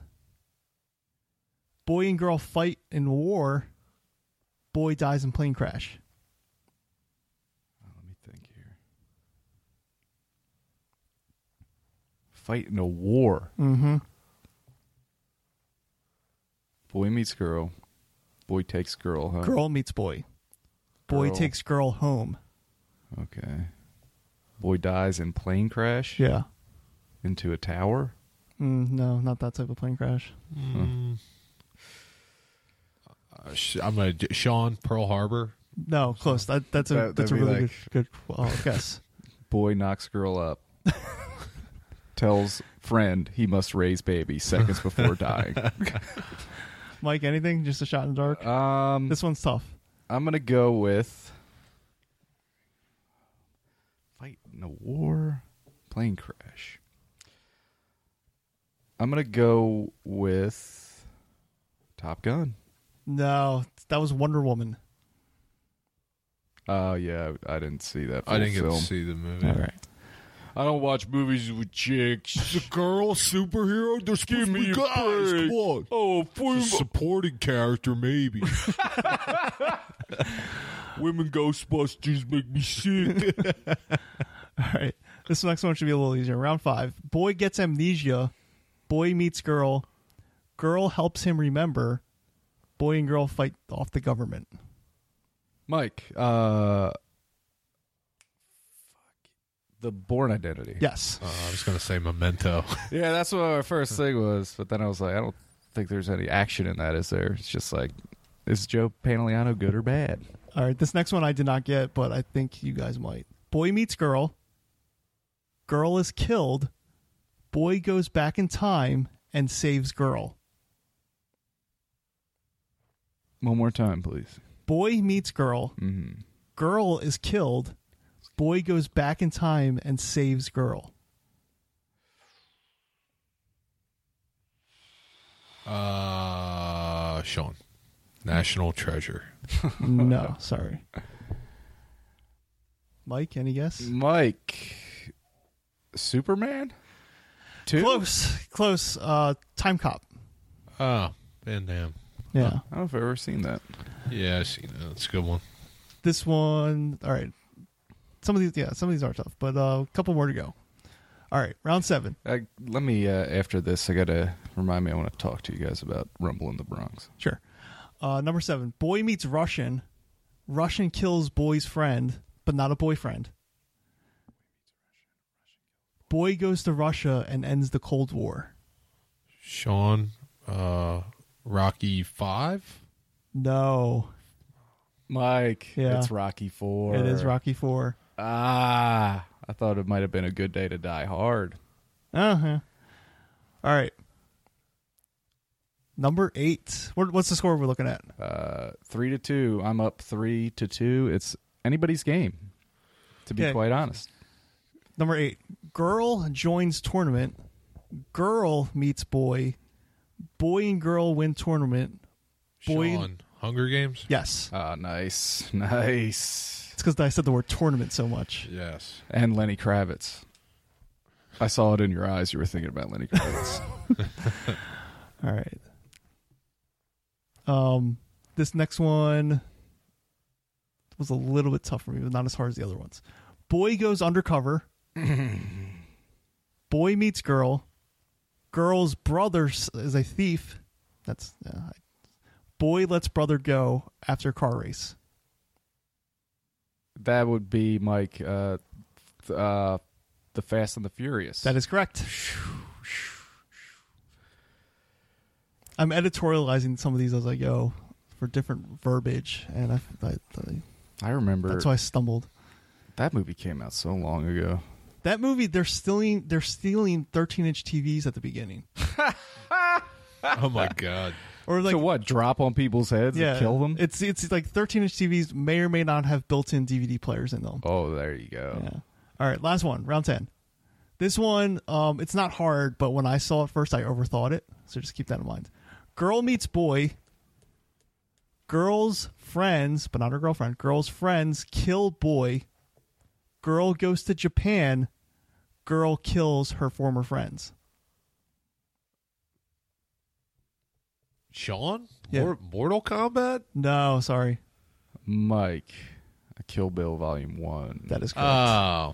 Speaker 2: Boy and girl fight in war. Boy dies in plane crash.
Speaker 1: Let me think here. Fight in a war.
Speaker 2: Mm-hmm.
Speaker 1: Boy meets girl. Boy takes girl home.
Speaker 2: Girl meets boy. Boy
Speaker 1: Oh. Girl.
Speaker 2: takes girl home.
Speaker 1: Okay. Boy dies in plane crash
Speaker 2: Yeah.
Speaker 1: into a tower.
Speaker 2: Mm, no, not that type of plane crash.
Speaker 3: Uh, Sh- I'm gonna j- Sean Pearl Harbor.
Speaker 2: No, close. That, that's a
Speaker 1: That-
Speaker 2: that's a
Speaker 1: that'd be
Speaker 2: really
Speaker 1: like-
Speaker 2: good, good uh, guess.
Speaker 1: Boy knocks girl up. tells friend he must raise baby seconds before dying.
Speaker 2: Mike, anything? Just a shot in the dark.
Speaker 1: Um,
Speaker 2: this one's tough.
Speaker 1: I'm gonna go with fight in a war, plane crash. I'm gonna go with Top Gun.
Speaker 2: No, that was Wonder Woman.
Speaker 1: Oh yeah, I didn't see that.
Speaker 3: I didn't get
Speaker 1: full
Speaker 3: to
Speaker 1: film.
Speaker 3: see the movie.
Speaker 1: I don't watch movies with chicks.
Speaker 3: The girl superhero. There's give
Speaker 1: me a
Speaker 3: guys.
Speaker 1: break.
Speaker 3: Come on.
Speaker 1: oh,
Speaker 3: It's a supporting character, maybe.
Speaker 1: women Ghostbusters make me sick.
Speaker 2: All right. This next one should be a little easier. Round five. Boy gets amnesia. Boy meets girl. Girl helps him remember. Boy and girl fight off the government.
Speaker 1: Mike, uh, fuck, the Born Identity.
Speaker 2: Yes.
Speaker 3: Uh, I was gonna say Memento.
Speaker 1: Yeah, that's what our first thing was. But then I was like, I don't think there's any action in that, is there? It's just like, is Joe Pantoliano good or bad?
Speaker 2: All right. This next one I did not get, but I think you guys might. Boy meets girl. Girl is killed. Boy goes back in time and saves girl.
Speaker 1: One more time, please.
Speaker 2: Boy meets girl.
Speaker 1: Mm-hmm.
Speaker 2: Girl is killed. Boy goes back in time and saves girl.
Speaker 3: Uh, Sean, National Treasure.
Speaker 2: No, sorry. Mike, any guess?
Speaker 1: Mike, Superman? Two?
Speaker 2: Close, close. Uh, time cop.
Speaker 3: Oh, Van Damme.
Speaker 2: Yeah,
Speaker 1: I don't know if I've ever seen that.
Speaker 3: Yeah, I seen that. That's a good one.
Speaker 2: this one. All right. Some of these, yeah, some of these are tough, but uh, a couple more to go. All right, round seven.
Speaker 1: Uh, let me, uh, after this, I got to remind me I want to talk to you guys about Rumble in the Bronx.
Speaker 2: Sure. Uh, number seven. Boy meets Russian. Russian kills boy's friend, but not a boyfriend. Boy goes to Russia and ends the Cold War.
Speaker 3: Sean, uh, Rocky Five.
Speaker 2: No,
Speaker 1: Mike,
Speaker 2: Yeah.
Speaker 1: it's Rocky Four.
Speaker 2: it is Rocky Four.
Speaker 1: Ah, I thought it might have been a good day to die hard.
Speaker 2: Uh huh. All right. Number eight. What, what's the score we're looking at?
Speaker 1: Uh, three to two. I'm up three to two. It's anybody's game, to be
Speaker 2: Okay.
Speaker 1: quite honest.
Speaker 2: Number eight. Girl joins tournament. Girl meets boy. Boy and girl win tournament. Boy-
Speaker 3: Sean, Hunger Games.
Speaker 2: Yes.
Speaker 1: Ah, nice, nice.
Speaker 2: It's because I said the word tournament so much.
Speaker 3: Yes.
Speaker 1: And Lenny Kravitz. I saw it in your eyes. You were thinking about Lenny Kravitz.
Speaker 2: All right. Um, this next one was a little bit tough for me, but not as hard as the other ones. Boy goes undercover. Boy meets girl. Girl's brother s- is a thief. That's uh, I- boy lets brother go after car race.
Speaker 1: that would be Mike. Uh, th- uh, the Fast and the Furious.
Speaker 2: That is correct. I'm editorializing some of these as I go for different verbiage, and I, I, I-
Speaker 1: I remember.
Speaker 2: that's why I stumbled.
Speaker 1: that movie came out so long ago.
Speaker 2: That movie, they're stealing, they're stealing 13 inch TVs at the beginning,
Speaker 3: Oh my God.
Speaker 2: or like
Speaker 1: to what? Drop on people's heads
Speaker 2: yeah,
Speaker 1: and kill them?
Speaker 2: It's it's like 13 inch TVs may or may not have built in DVD players in them.
Speaker 1: oh, there you go.
Speaker 2: Yeah. All right, last one, round 10. This one, um, it's not hard, but when I saw it first, I overthought it. So just keep that in mind. Girl meets boy. Girl's friends, but not her girlfriend, girl's friends kill boy. Girl goes to Japan. Girl kills her former friends.
Speaker 3: Sean.
Speaker 2: Yeah.
Speaker 3: Mor- Mortal Kombat.
Speaker 2: No, sorry.
Speaker 1: Mike, Kill Bill Volume 1.
Speaker 2: That is correct.
Speaker 3: Oh.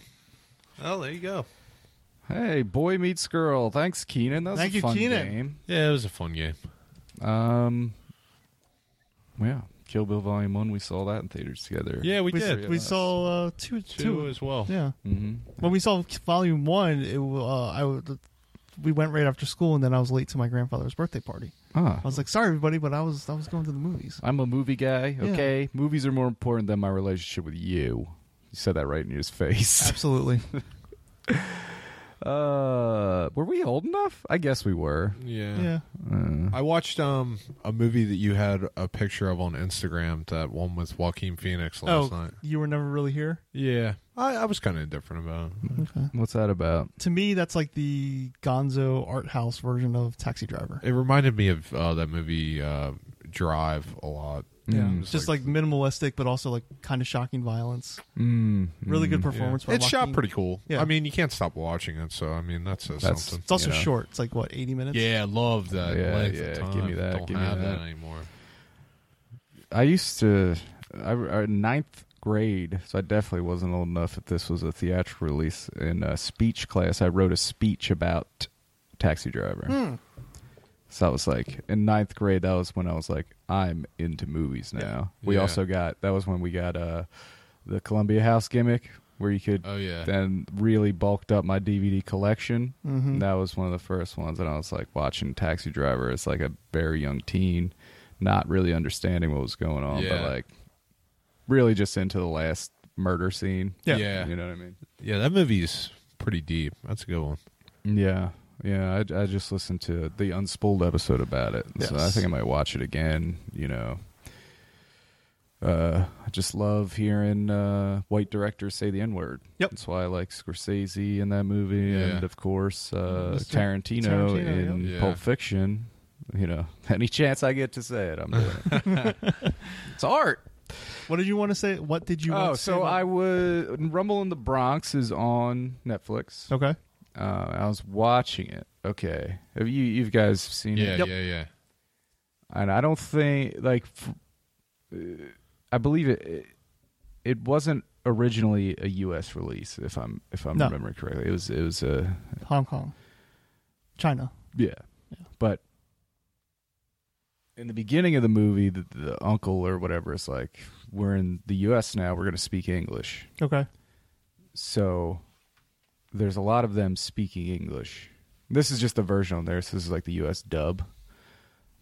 Speaker 3: Oh, there you go.
Speaker 1: hey, Boy Meets Girl. Thanks, Keenan. That was
Speaker 2: Thank
Speaker 1: a
Speaker 2: you,
Speaker 1: fun
Speaker 2: Keenan.
Speaker 3: Yeah, it was a fun game.
Speaker 1: game. Um, yeah, Kill Bill Volume 1, we saw that in theaters together.
Speaker 3: Yeah, we,
Speaker 2: we,
Speaker 3: did.
Speaker 2: we saw uh, two,
Speaker 3: two,
Speaker 2: two.
Speaker 3: as well.
Speaker 2: Yeah.
Speaker 1: hmm
Speaker 2: when we saw volume one it, uh, I, w- we went right after school and then i was late to my grandfather's birthday party
Speaker 1: Ah,
Speaker 2: i was like sorry everybody but i was i was going to the movies
Speaker 1: I'm a movie guy,
Speaker 2: Yeah.
Speaker 1: okay? Movies are more important than my relationship with you. You said that right in his face.
Speaker 2: absolutely
Speaker 1: Uh, were we old enough? I guess we were. Uh,
Speaker 3: Yeah.
Speaker 2: yeah
Speaker 3: I watched um a movie that you had a picture of on Instagram. That one with Joaquin Phoenix
Speaker 2: oh
Speaker 3: last night.
Speaker 2: you were never really here
Speaker 3: Yeah, I, I was kind of indifferent about it.
Speaker 2: Uh,
Speaker 1: What's that about?
Speaker 2: to me that's like the gonzo art house version of taxi driver
Speaker 3: It reminded me of uh, that movie uh, Drive a lot.
Speaker 2: yeah
Speaker 1: Mm.
Speaker 2: it's just like, minimalistic but also like kind of shocking violence
Speaker 1: Mm,
Speaker 2: really good
Speaker 1: mm.
Speaker 2: performance by
Speaker 3: It's shot
Speaker 2: Joaquin.
Speaker 3: pretty cool.
Speaker 2: Yeah.
Speaker 3: I mean, you can't stop watching it, so I mean that says
Speaker 1: That's-
Speaker 3: something.
Speaker 2: it's also
Speaker 1: you know.
Speaker 2: short it's like what 80 minutes
Speaker 3: Yeah, I love that
Speaker 1: Yeah,
Speaker 3: length
Speaker 1: yeah,
Speaker 3: of time.
Speaker 1: give me that,
Speaker 3: Don't
Speaker 1: give me
Speaker 3: have
Speaker 1: that.
Speaker 3: anymore.
Speaker 1: I used to, I, I ninth grade, so I definitely wasn't old enough if this was a theatrical release. In a speech class, I wrote a speech about Taxi Driver. So I was like, in ninth grade, that was when I was like, I'm into movies now. We
Speaker 3: Yeah.
Speaker 1: also got that was when we got uh, the Columbia House gimmick where you could
Speaker 3: Oh, yeah.
Speaker 1: then really bulked up my DVD collection. And that was one of the first ones, and I was like watching Taxi Driver as like a very young teen, not really understanding what was going on,
Speaker 3: Yeah.
Speaker 1: but like really just into the last murder scene.
Speaker 2: Yeah.
Speaker 3: Yeah.
Speaker 1: you know what I mean.
Speaker 3: Yeah, that movie's pretty deep. That's a good one.
Speaker 1: Yeah, yeah. I, I just listened to the Unspooled episode about it, so I
Speaker 2: Yes.
Speaker 1: think I might watch it again. You know, uh, I just love hearing uh, white directors say the N word.
Speaker 2: Yep.
Speaker 1: that's why I like Scorsese in that movie,
Speaker 3: Yeah.
Speaker 1: and of course uh,
Speaker 2: Mr.
Speaker 1: Tarantino,
Speaker 2: Tarantino,
Speaker 1: in
Speaker 3: yep. Yeah.
Speaker 1: Pulp Fiction. You know, any chance I get to say it, I'm doing it. it's art.
Speaker 2: what did you want to say what did you want
Speaker 1: Oh,
Speaker 2: to say
Speaker 1: so
Speaker 2: about-
Speaker 1: I would. Rumble in the Bronx is on Netflix.
Speaker 2: okay
Speaker 1: Uh, I was watching it. Okay, have you you guys seen
Speaker 3: Yeah,
Speaker 1: it?
Speaker 3: yeah, yeah.
Speaker 1: And I don't think like f- uh, I believe it, it. It wasn't originally a U.S. release, if I'm if I'm
Speaker 2: No.
Speaker 1: remembering correctly. It was it was a
Speaker 2: hong kong china
Speaker 1: yeah, but in the beginning of the movie, the, the uncle or whatever is like, "We're in the U.S. now. We're going to speak English."
Speaker 2: okay
Speaker 1: So there's a lot of them speaking English. This is just a version on there. So this is like the U.S. dub,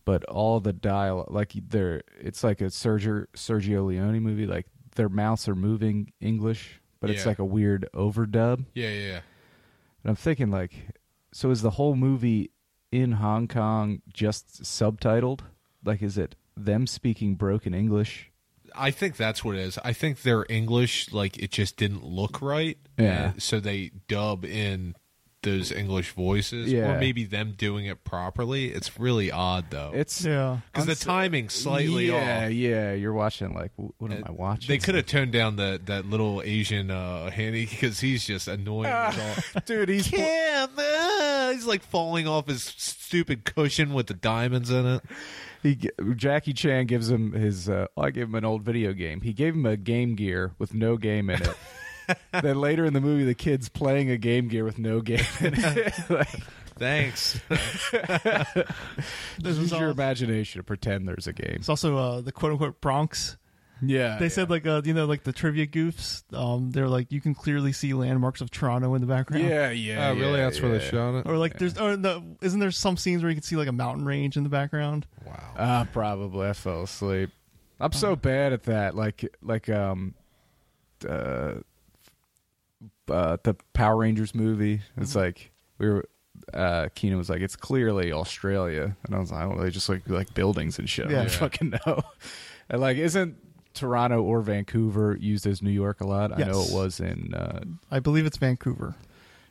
Speaker 1: but all the dial like they're it's like a Sergio Sergio Leone movie. Like their mouths are moving English, but it's
Speaker 3: Yeah.
Speaker 1: like a weird overdub.
Speaker 3: Yeah, yeah, yeah.
Speaker 1: And I'm thinking like, so is the whole movie in Hong Kong just subtitled? Like, is it them speaking broken English?
Speaker 3: I think that's what it is. I think their English, like, it just didn't look right.
Speaker 1: Yeah.
Speaker 3: and So they dub in those English voices,
Speaker 1: Yeah.
Speaker 3: or maybe them doing it properly. It's really odd, though.
Speaker 1: It's
Speaker 2: Yeah.
Speaker 3: because the timing's slightly
Speaker 1: yeah,
Speaker 3: off.
Speaker 1: Yeah, You're watching like, wh- what am I watching?
Speaker 3: They could have toned down that that little Asian uh, handy because he's just annoying. as all.
Speaker 1: Ah, dude. He's
Speaker 3: Kim, ah, he's like falling off his stupid cushion with the diamonds in it.
Speaker 1: he g- Jackie Chan gives him his. Uh, I gave him an old video game. He gave him a Game Gear with no game in it. then later in the movie, the kid's playing a Game Gear with no game in it. like,
Speaker 3: Thanks.
Speaker 2: This
Speaker 1: use
Speaker 2: was
Speaker 1: your
Speaker 2: all,
Speaker 1: imagination to pretend there's a game.
Speaker 2: it's also uh, the quote unquote Bronx.
Speaker 1: Yeah,
Speaker 2: They said like uh, you know like the trivia goofs. Um, they're like you can clearly see landmarks of Toronto in the background.
Speaker 1: yeah, yeah.
Speaker 3: Uh, really?
Speaker 1: yeah,
Speaker 3: That's where they shot it.
Speaker 2: Or like there's or the, isn't there some scenes where you can see like a mountain range in the background?
Speaker 3: Wow.
Speaker 1: Ah, probably. I fell asleep. I'm
Speaker 2: Oh.
Speaker 1: so bad at that. Like, like, um, uh, uh, the Power Rangers movie.
Speaker 2: Mm-hmm.
Speaker 1: It's like we were. Uh, Keenan was like, "It's clearly Australia," and I was like, "I don't really just like like buildings and shit. I
Speaker 2: Yeah.
Speaker 1: don't
Speaker 2: Yeah.
Speaker 1: fucking know." And like, isn't Toronto or Vancouver used as New York a lot? I know
Speaker 2: Yes.
Speaker 1: it was in uh,
Speaker 2: I believe it's Vancouver.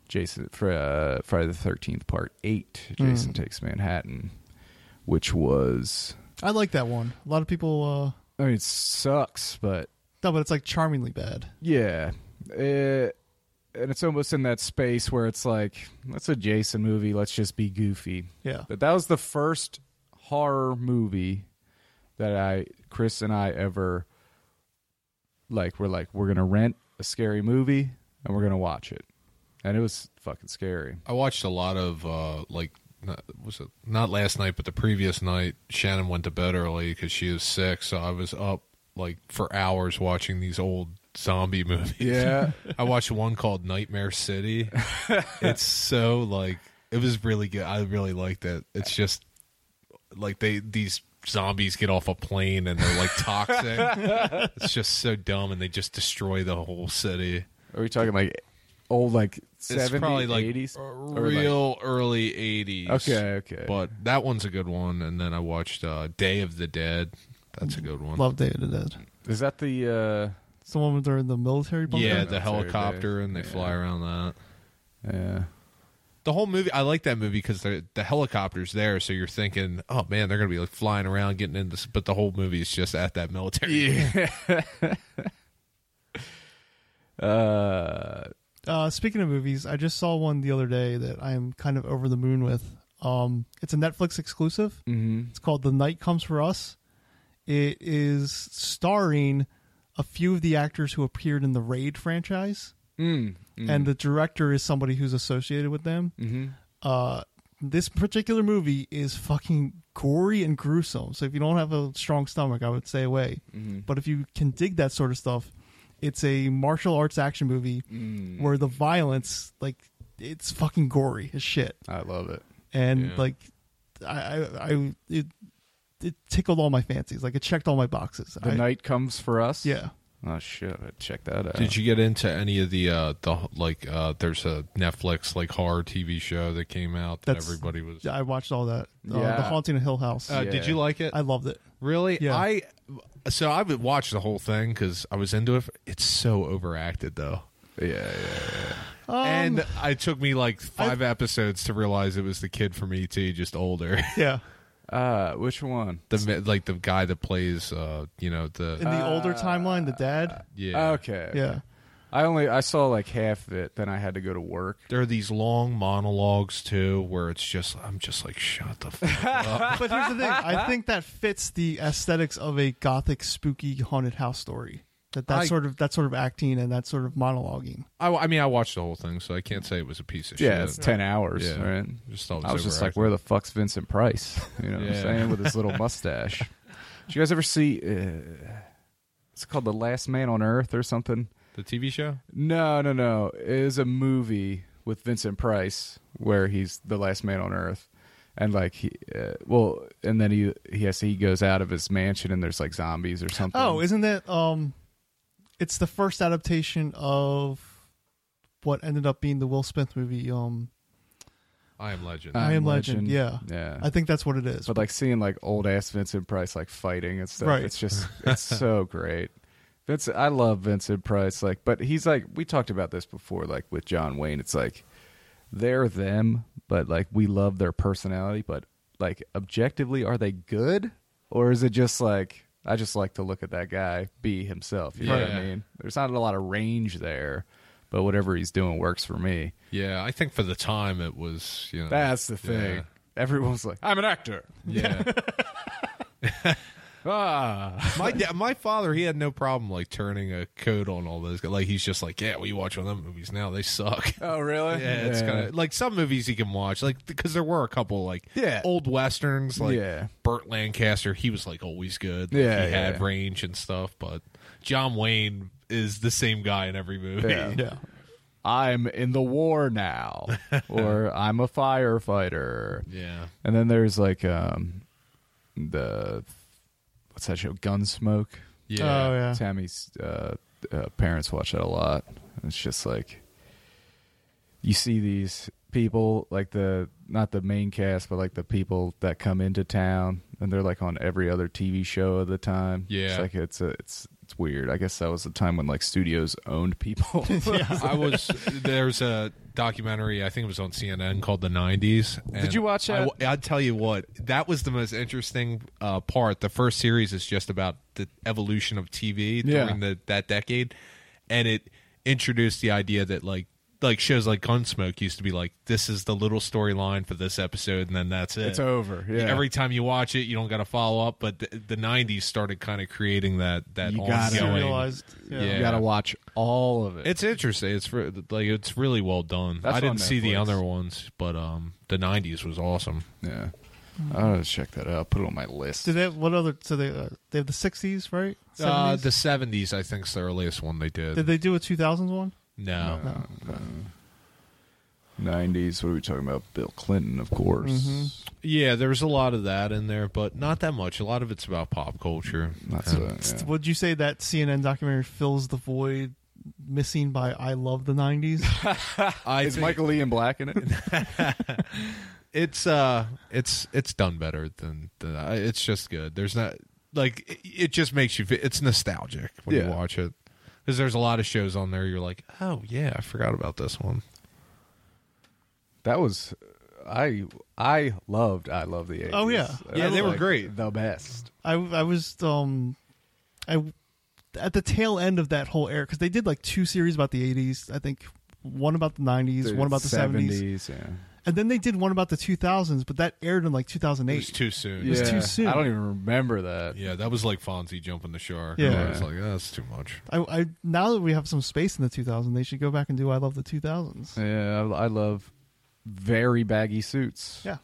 Speaker 1: Jason for uh, Friday the Thirteenth Part Eight.
Speaker 2: Mm.
Speaker 1: Jason takes Manhattan, which was
Speaker 2: I like that one. A lot of people. Uh,
Speaker 1: I mean, it sucks, but
Speaker 2: no, but it's like charmingly bad.
Speaker 1: yeah, Uh and it's almost in that space where it's like, that's a Jason movie. Let's just be goofy.
Speaker 2: Yeah.
Speaker 1: but that was the first horror movie that I, Chris and I, ever like. We're like, we're gonna rent a scary movie and we're gonna watch it, and it was fucking scary.
Speaker 3: I watched a lot of uh, like not, was it not last night, but the previous night. Shannon went to bed early because she was sick, so I was up like for hours watching these old zombie movies.
Speaker 1: Yeah,
Speaker 3: I watched one called Nightmare City. it's so like it was really good. I really liked it. It's just like they these zombies get off a plane and they're like toxic. it's just so dumb, and they just destroy the whole city.
Speaker 1: are we talking like old like
Speaker 3: It's probably
Speaker 1: seventies,
Speaker 3: like
Speaker 1: eighties,
Speaker 3: a real early 80s.
Speaker 1: Okay, okay.
Speaker 3: But that one's a good one. And then I watched uh, Day of the Dead. That's a good one.
Speaker 2: Love Day of the Dead.
Speaker 1: Is that the?
Speaker 2: It's the one where they're in the military bunker.
Speaker 3: yeah,
Speaker 1: That's
Speaker 3: the
Speaker 1: very good.
Speaker 3: helicopter and they fly around that.
Speaker 1: uh Yeah.
Speaker 3: The whole movie, I like that movie because the the helicopter's there, so you're thinking, oh man, they're gonna be like flying around, getting into. s- But the whole movie is just at that military.
Speaker 1: Yeah. uh,
Speaker 2: Uh, speaking of movies, I just saw one the other day that I am kind of over the moon with. Um, it's a Netflix exclusive.
Speaker 1: mm-hmm.
Speaker 2: It's called The Night Comes for Us. It is starring a few of the actors who appeared in the Raid franchise,
Speaker 1: mm, mm,
Speaker 2: and the director is somebody who's associated with them.
Speaker 1: hmm
Speaker 2: Uh, this particular movie is fucking gory and gruesome. So if you don't have a strong stomach, I would stay away.
Speaker 1: Mm-hmm.
Speaker 2: But if you can dig that sort of stuff, it's a martial arts action movie
Speaker 1: Mm.
Speaker 2: where the violence, like, it's fucking gory as shit,
Speaker 1: I love it.
Speaker 2: and
Speaker 3: Yeah.
Speaker 2: like, I, I, I it, it tickled all my fancies. Like, it checked all my boxes.
Speaker 1: The
Speaker 2: I-
Speaker 1: night comes for us.
Speaker 2: yeah.
Speaker 1: Oh shit! I check that out.
Speaker 3: Did you get into any of the uh the like uh there's a Netflix like horror TV show that came out that
Speaker 2: That's-
Speaker 3: everybody was.
Speaker 2: I watched all that. Uh,
Speaker 1: Yeah.
Speaker 2: The Haunting of Hill House.
Speaker 3: Uh, Did
Speaker 1: Yeah.
Speaker 3: you like it?
Speaker 2: I loved it.
Speaker 3: Really?
Speaker 2: Yeah.
Speaker 3: I so I would watch the whole thing because I was into it. It's so overacted though,
Speaker 1: Yeah, yeah.
Speaker 2: Um,
Speaker 3: and it took me like five episodes to realize it was the kid from ET, just older.
Speaker 2: yeah,
Speaker 1: Uh, which one?
Speaker 3: the ma- like the guy that plays, uh, you know
Speaker 2: in
Speaker 3: the
Speaker 2: the older timeline, the dad.
Speaker 3: yeah.
Speaker 1: Oh, Okay, uh, okay.
Speaker 2: Yeah.
Speaker 1: I only I saw like half of it. Then I had to go to work.
Speaker 3: There are these long monologues too, where it's just I'm just like shut the fuck up.
Speaker 2: But here's the thing: I think that fits the aesthetics of a gothic, spooky haunted house story. That that
Speaker 3: I-
Speaker 2: sort of that sort of acting and that sort of monologuing.
Speaker 3: I, I mean, I watched the whole thing, so I can't say it was a piece of
Speaker 1: Yeah,
Speaker 3: shit.
Speaker 1: it's ten hours.
Speaker 3: Yeah.
Speaker 1: Right.
Speaker 3: Just thought it
Speaker 1: I was just like,
Speaker 3: overacted.
Speaker 1: where the fuck's Vincent Price? You know what I'm
Speaker 3: Yeah.
Speaker 1: saying with his little mustache. Did you guys ever see? Uh, it's called The Last Man on Earth or something.
Speaker 3: the TV show.
Speaker 1: No, no, no. It is a movie with Vincent Price, where he's the last man on Earth, and like he, uh, well, and then he he has he goes out of his mansion and there's like zombies or something.
Speaker 2: Oh, isn't that um it's the first adaptation of what ended up being the Will Smith movie um
Speaker 3: I am legend.
Speaker 1: I
Speaker 2: I Am
Speaker 1: Am Legend.
Speaker 2: Legend, yeah.
Speaker 1: Yeah.
Speaker 2: I think that's what it is.
Speaker 1: but like seeing like old ass Vincent Price like fighting and stuff.
Speaker 2: Right.
Speaker 1: It's just it's so great. Vincent, I love Vincent Price. Like, but he's like we talked about this before. Like with John Wayne, it's like they're them, but like we love their personality. But like objectively, are they good or is it just like I just like to look at that guy be himself? You know what
Speaker 3: Yeah.
Speaker 1: I mean? There's not a lot of range there, but whatever he's doing works for me.
Speaker 3: yeah, I think for the time it was, you know.
Speaker 1: That's the thing.
Speaker 3: Yeah.
Speaker 1: Everyone's like, I'm an actor.
Speaker 3: Yeah.
Speaker 1: Ah.
Speaker 3: my da- my father, he had no problem like turning a code on all those. Like he's just like, yeah, we watch all them movies now. They suck.
Speaker 1: Oh, really?
Speaker 3: Yeah, it's kind of like some movies you can watch, like because there were a couple like
Speaker 1: Yeah.
Speaker 3: old westerns, like
Speaker 1: Yeah.
Speaker 3: Burt Lancaster. He was like always good. Like,
Speaker 1: Yeah,
Speaker 3: he
Speaker 1: yeah,
Speaker 3: had
Speaker 1: yeah.
Speaker 3: range and stuff. But John Wayne is the same guy in every movie.
Speaker 1: Yeah. I'm in the war now, or I'm a firefighter.
Speaker 3: Yeah.
Speaker 1: And then there's like um, the what's that show? Gunsmoke.
Speaker 3: Yeah.
Speaker 2: Oh yeah.
Speaker 1: Tammy's uh, uh, parents watch that a lot. It's just like you see these people, like the not the main cast, but like the people that come into town, and they're like on every other TV show at the time.
Speaker 3: Yeah.
Speaker 1: it's like it's a, it's it's weird. I guess that was the time when like studios owned people.
Speaker 3: I was there's a documentary I think it was on CNN called the 90s. and
Speaker 1: you watch
Speaker 3: I,
Speaker 1: that?
Speaker 3: I tell you what, that was the most interesting uh, part. The first series is just about the evolution of TV
Speaker 1: Yeah.
Speaker 3: during the, that decade, and it introduced the idea that like like shows like Gunsmoke used to be like this is the little storyline for this episode, and then that's it.
Speaker 1: It's over. Yeah.
Speaker 3: Every time you watch it, you don't got to follow up. But the, the '90s started kind of creating that that
Speaker 1: You gotta-
Speaker 3: ongoing.
Speaker 2: Serialized. Yeah.
Speaker 3: Yeah.
Speaker 1: You got to watch all of it.
Speaker 3: It's interesting. It's re- like it's really well done.
Speaker 1: That's
Speaker 3: I didn't
Speaker 1: on
Speaker 3: see the
Speaker 1: Netflix.
Speaker 3: other ones, but um, the '90s was awesome.
Speaker 1: yeah. I'll check that out. Put it on my list.
Speaker 2: Did they have what other so they uh, they have the 60s, right? 70s?
Speaker 3: Uh, the '70s, I think, is the earliest one they did.
Speaker 2: Did they do a 2000s one?
Speaker 3: no.
Speaker 1: Nineties. What are we talking about? Bill Clinton, of course.
Speaker 3: yeah, there's a lot of that in there, but not that much. A lot of it's about pop culture.
Speaker 1: That's
Speaker 3: And-
Speaker 1: it.
Speaker 2: Would you say that CNN documentary fills the void missing by I love the 90s?
Speaker 3: I
Speaker 1: Is
Speaker 3: think
Speaker 1: Michael Ian Black in it?
Speaker 3: it's uh, it's it's done better than, than I- it's just good. There's not like it, it just makes you. fe- It's nostalgic when you
Speaker 1: Yeah.
Speaker 3: watch it because there's a lot of shows on there. You're like, oh yeah, I forgot about this one.
Speaker 1: that was. I I loved I love the 80s.
Speaker 2: Oh, yeah.
Speaker 1: That
Speaker 3: Yeah,
Speaker 1: was,
Speaker 3: they were
Speaker 1: like,
Speaker 3: great.
Speaker 1: The best.
Speaker 2: I I was um I at the tail end of that whole era because they did like two series about the 80s. I think one about the 90s, one about the 70s,
Speaker 1: 70s, yeah.
Speaker 2: and then they did one about the 2000s. But that aired in like
Speaker 3: It was
Speaker 2: 2008.
Speaker 3: too soon.
Speaker 1: yeah.
Speaker 2: was too soon.
Speaker 1: I don't even remember that.
Speaker 3: Yeah, that was like Fonzie jumping the shark.
Speaker 2: Yeah.
Speaker 3: I was like, "Oh, that's too much.
Speaker 2: I, I now that we have some space in the 2000s, they should go back and do I love the 2000s.
Speaker 1: Yeah, I, I love very baggy suits.
Speaker 2: Yeah,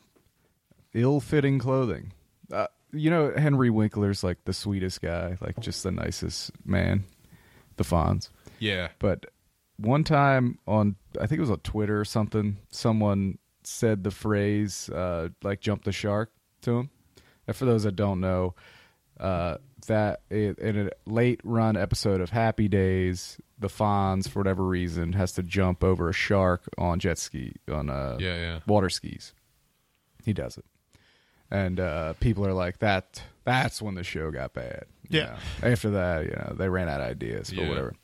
Speaker 1: ill-fitting clothing. Uh, you know, Henry Winkler's like the sweetest guy, like just the nicest man, the Fonz.
Speaker 3: Yeah.
Speaker 1: But one time on, I think it was on Twitter or something, someone said the phrase uh, like "jump the shark" to him. And for those that don't know, uh, that it, in a late run episode of Happy Days, the Fonz, for whatever reason, has to jump over a shark on jet ski on uh,
Speaker 3: Yeah, yeah.
Speaker 1: water skis. He does it, and uh, people are like that. That's when the show got bad. you
Speaker 2: Yeah.
Speaker 1: know. After that, you know, they ran out of ideas, but
Speaker 3: Yeah.
Speaker 1: whatever.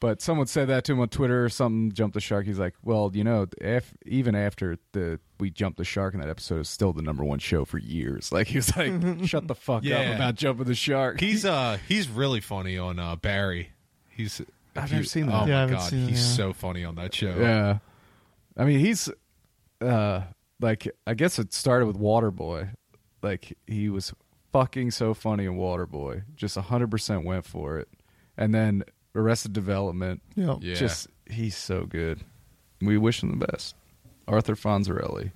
Speaker 1: But someone said that to him on Twitter or something, jumped the shark. He's like, well, you know, if, even after the we jumped the shark in that episode, it's still the number one show for years. Like, he was like, shut the fuck
Speaker 3: Yeah.
Speaker 1: up about jumping the shark.
Speaker 3: He's uh he's really funny on uh Barry. He's
Speaker 1: I've
Speaker 3: if
Speaker 1: never
Speaker 3: you-
Speaker 1: seen that.
Speaker 2: Yeah, I
Speaker 3: Oh my
Speaker 2: haven't
Speaker 3: god,
Speaker 2: seen it,
Speaker 3: he's
Speaker 2: yeah.
Speaker 3: so funny on that show.
Speaker 1: yeah. I mean, he's, uh, like, I guess it started with Waterboy. Like, he was fucking so funny in Waterboy. Just 100% went for it. And then Arrested Development.
Speaker 2: yeah.
Speaker 3: Yeah.
Speaker 1: Just he's so good. We wish him the best. Arthur Fonzarelli.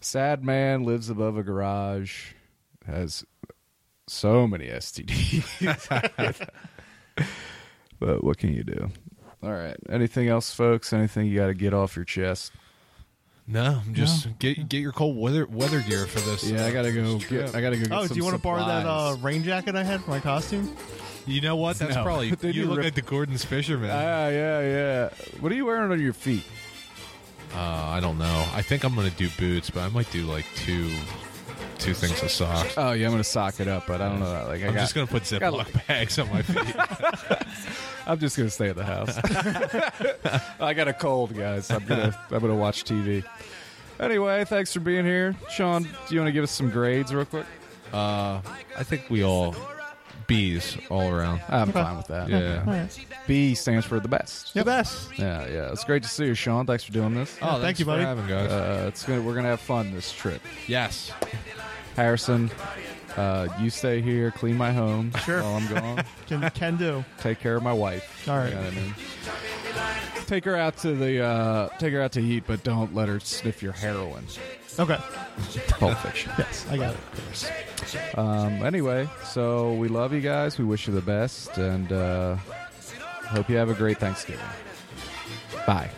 Speaker 1: Sad man lives above a garage, has so many STDs. but what can you do? All right. Anything else, folks? Anything you got to get off your chest?
Speaker 3: No, I'm just get get your cold weather weather gear for this.
Speaker 1: Yeah, I gotta go. Get, I gotta go. Get
Speaker 2: Oh, do
Speaker 1: some
Speaker 2: you want to borrow that uh,
Speaker 1: supplies.
Speaker 2: rain jacket I had for my costume?
Speaker 3: You know what? That's
Speaker 1: No.
Speaker 3: probably
Speaker 1: Then
Speaker 3: you
Speaker 1: you
Speaker 3: look
Speaker 1: rip-
Speaker 3: at the Gordon's fisherman. Uh,
Speaker 1: Ah, yeah, yeah. What are you wearing on your feet?
Speaker 3: Uh, I don't know. I think I'm gonna do boots, but I might do like two two things of socks.
Speaker 1: Oh yeah, I'm gonna sock it up, but I don't know. Like I
Speaker 3: I'm
Speaker 1: got,
Speaker 3: just gonna put
Speaker 1: got-
Speaker 3: Ziploc bags on my feet.
Speaker 1: I'm just gonna stay at the house. I got a cold, guys. I'm gonna I'm gonna watch TV. Anyway, thanks for being here, Sean. Do you want to give us some grades real quick?
Speaker 3: I think we all bees all around.
Speaker 1: I'm fine with that.
Speaker 3: Yeah.
Speaker 2: All right.
Speaker 1: B stands for the best.
Speaker 2: The best.
Speaker 1: Yeah, yeah. It's great to see you, Sean. Thanks for doing this.
Speaker 3: Oh,
Speaker 2: thank you,
Speaker 3: for
Speaker 2: buddy.
Speaker 3: having, guys.
Speaker 1: Uh, it's gonna we're gonna have fun this trip.
Speaker 3: yes.
Speaker 1: Harrison, uh, you stay here, clean my home
Speaker 2: Sure.
Speaker 1: while I'm gone.
Speaker 2: Can, can do.
Speaker 1: take care of my wife.
Speaker 2: All right.
Speaker 1: You know what I mean? Take her out to the uh, take her out to eat, but don't let her sniff your heroin.
Speaker 2: Okay.
Speaker 1: Pulp Fiction.
Speaker 2: Yes, I got it.
Speaker 1: Um, anyway, so we love you guys. We wish you the best, and uh, hope you have a great Thanksgiving. Bye.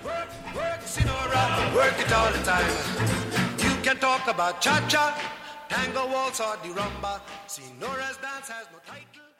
Speaker 7: Works in or out, work it all the time. You can talk about cha cha, tango waltz, or the rumba. Senora's dance has no title.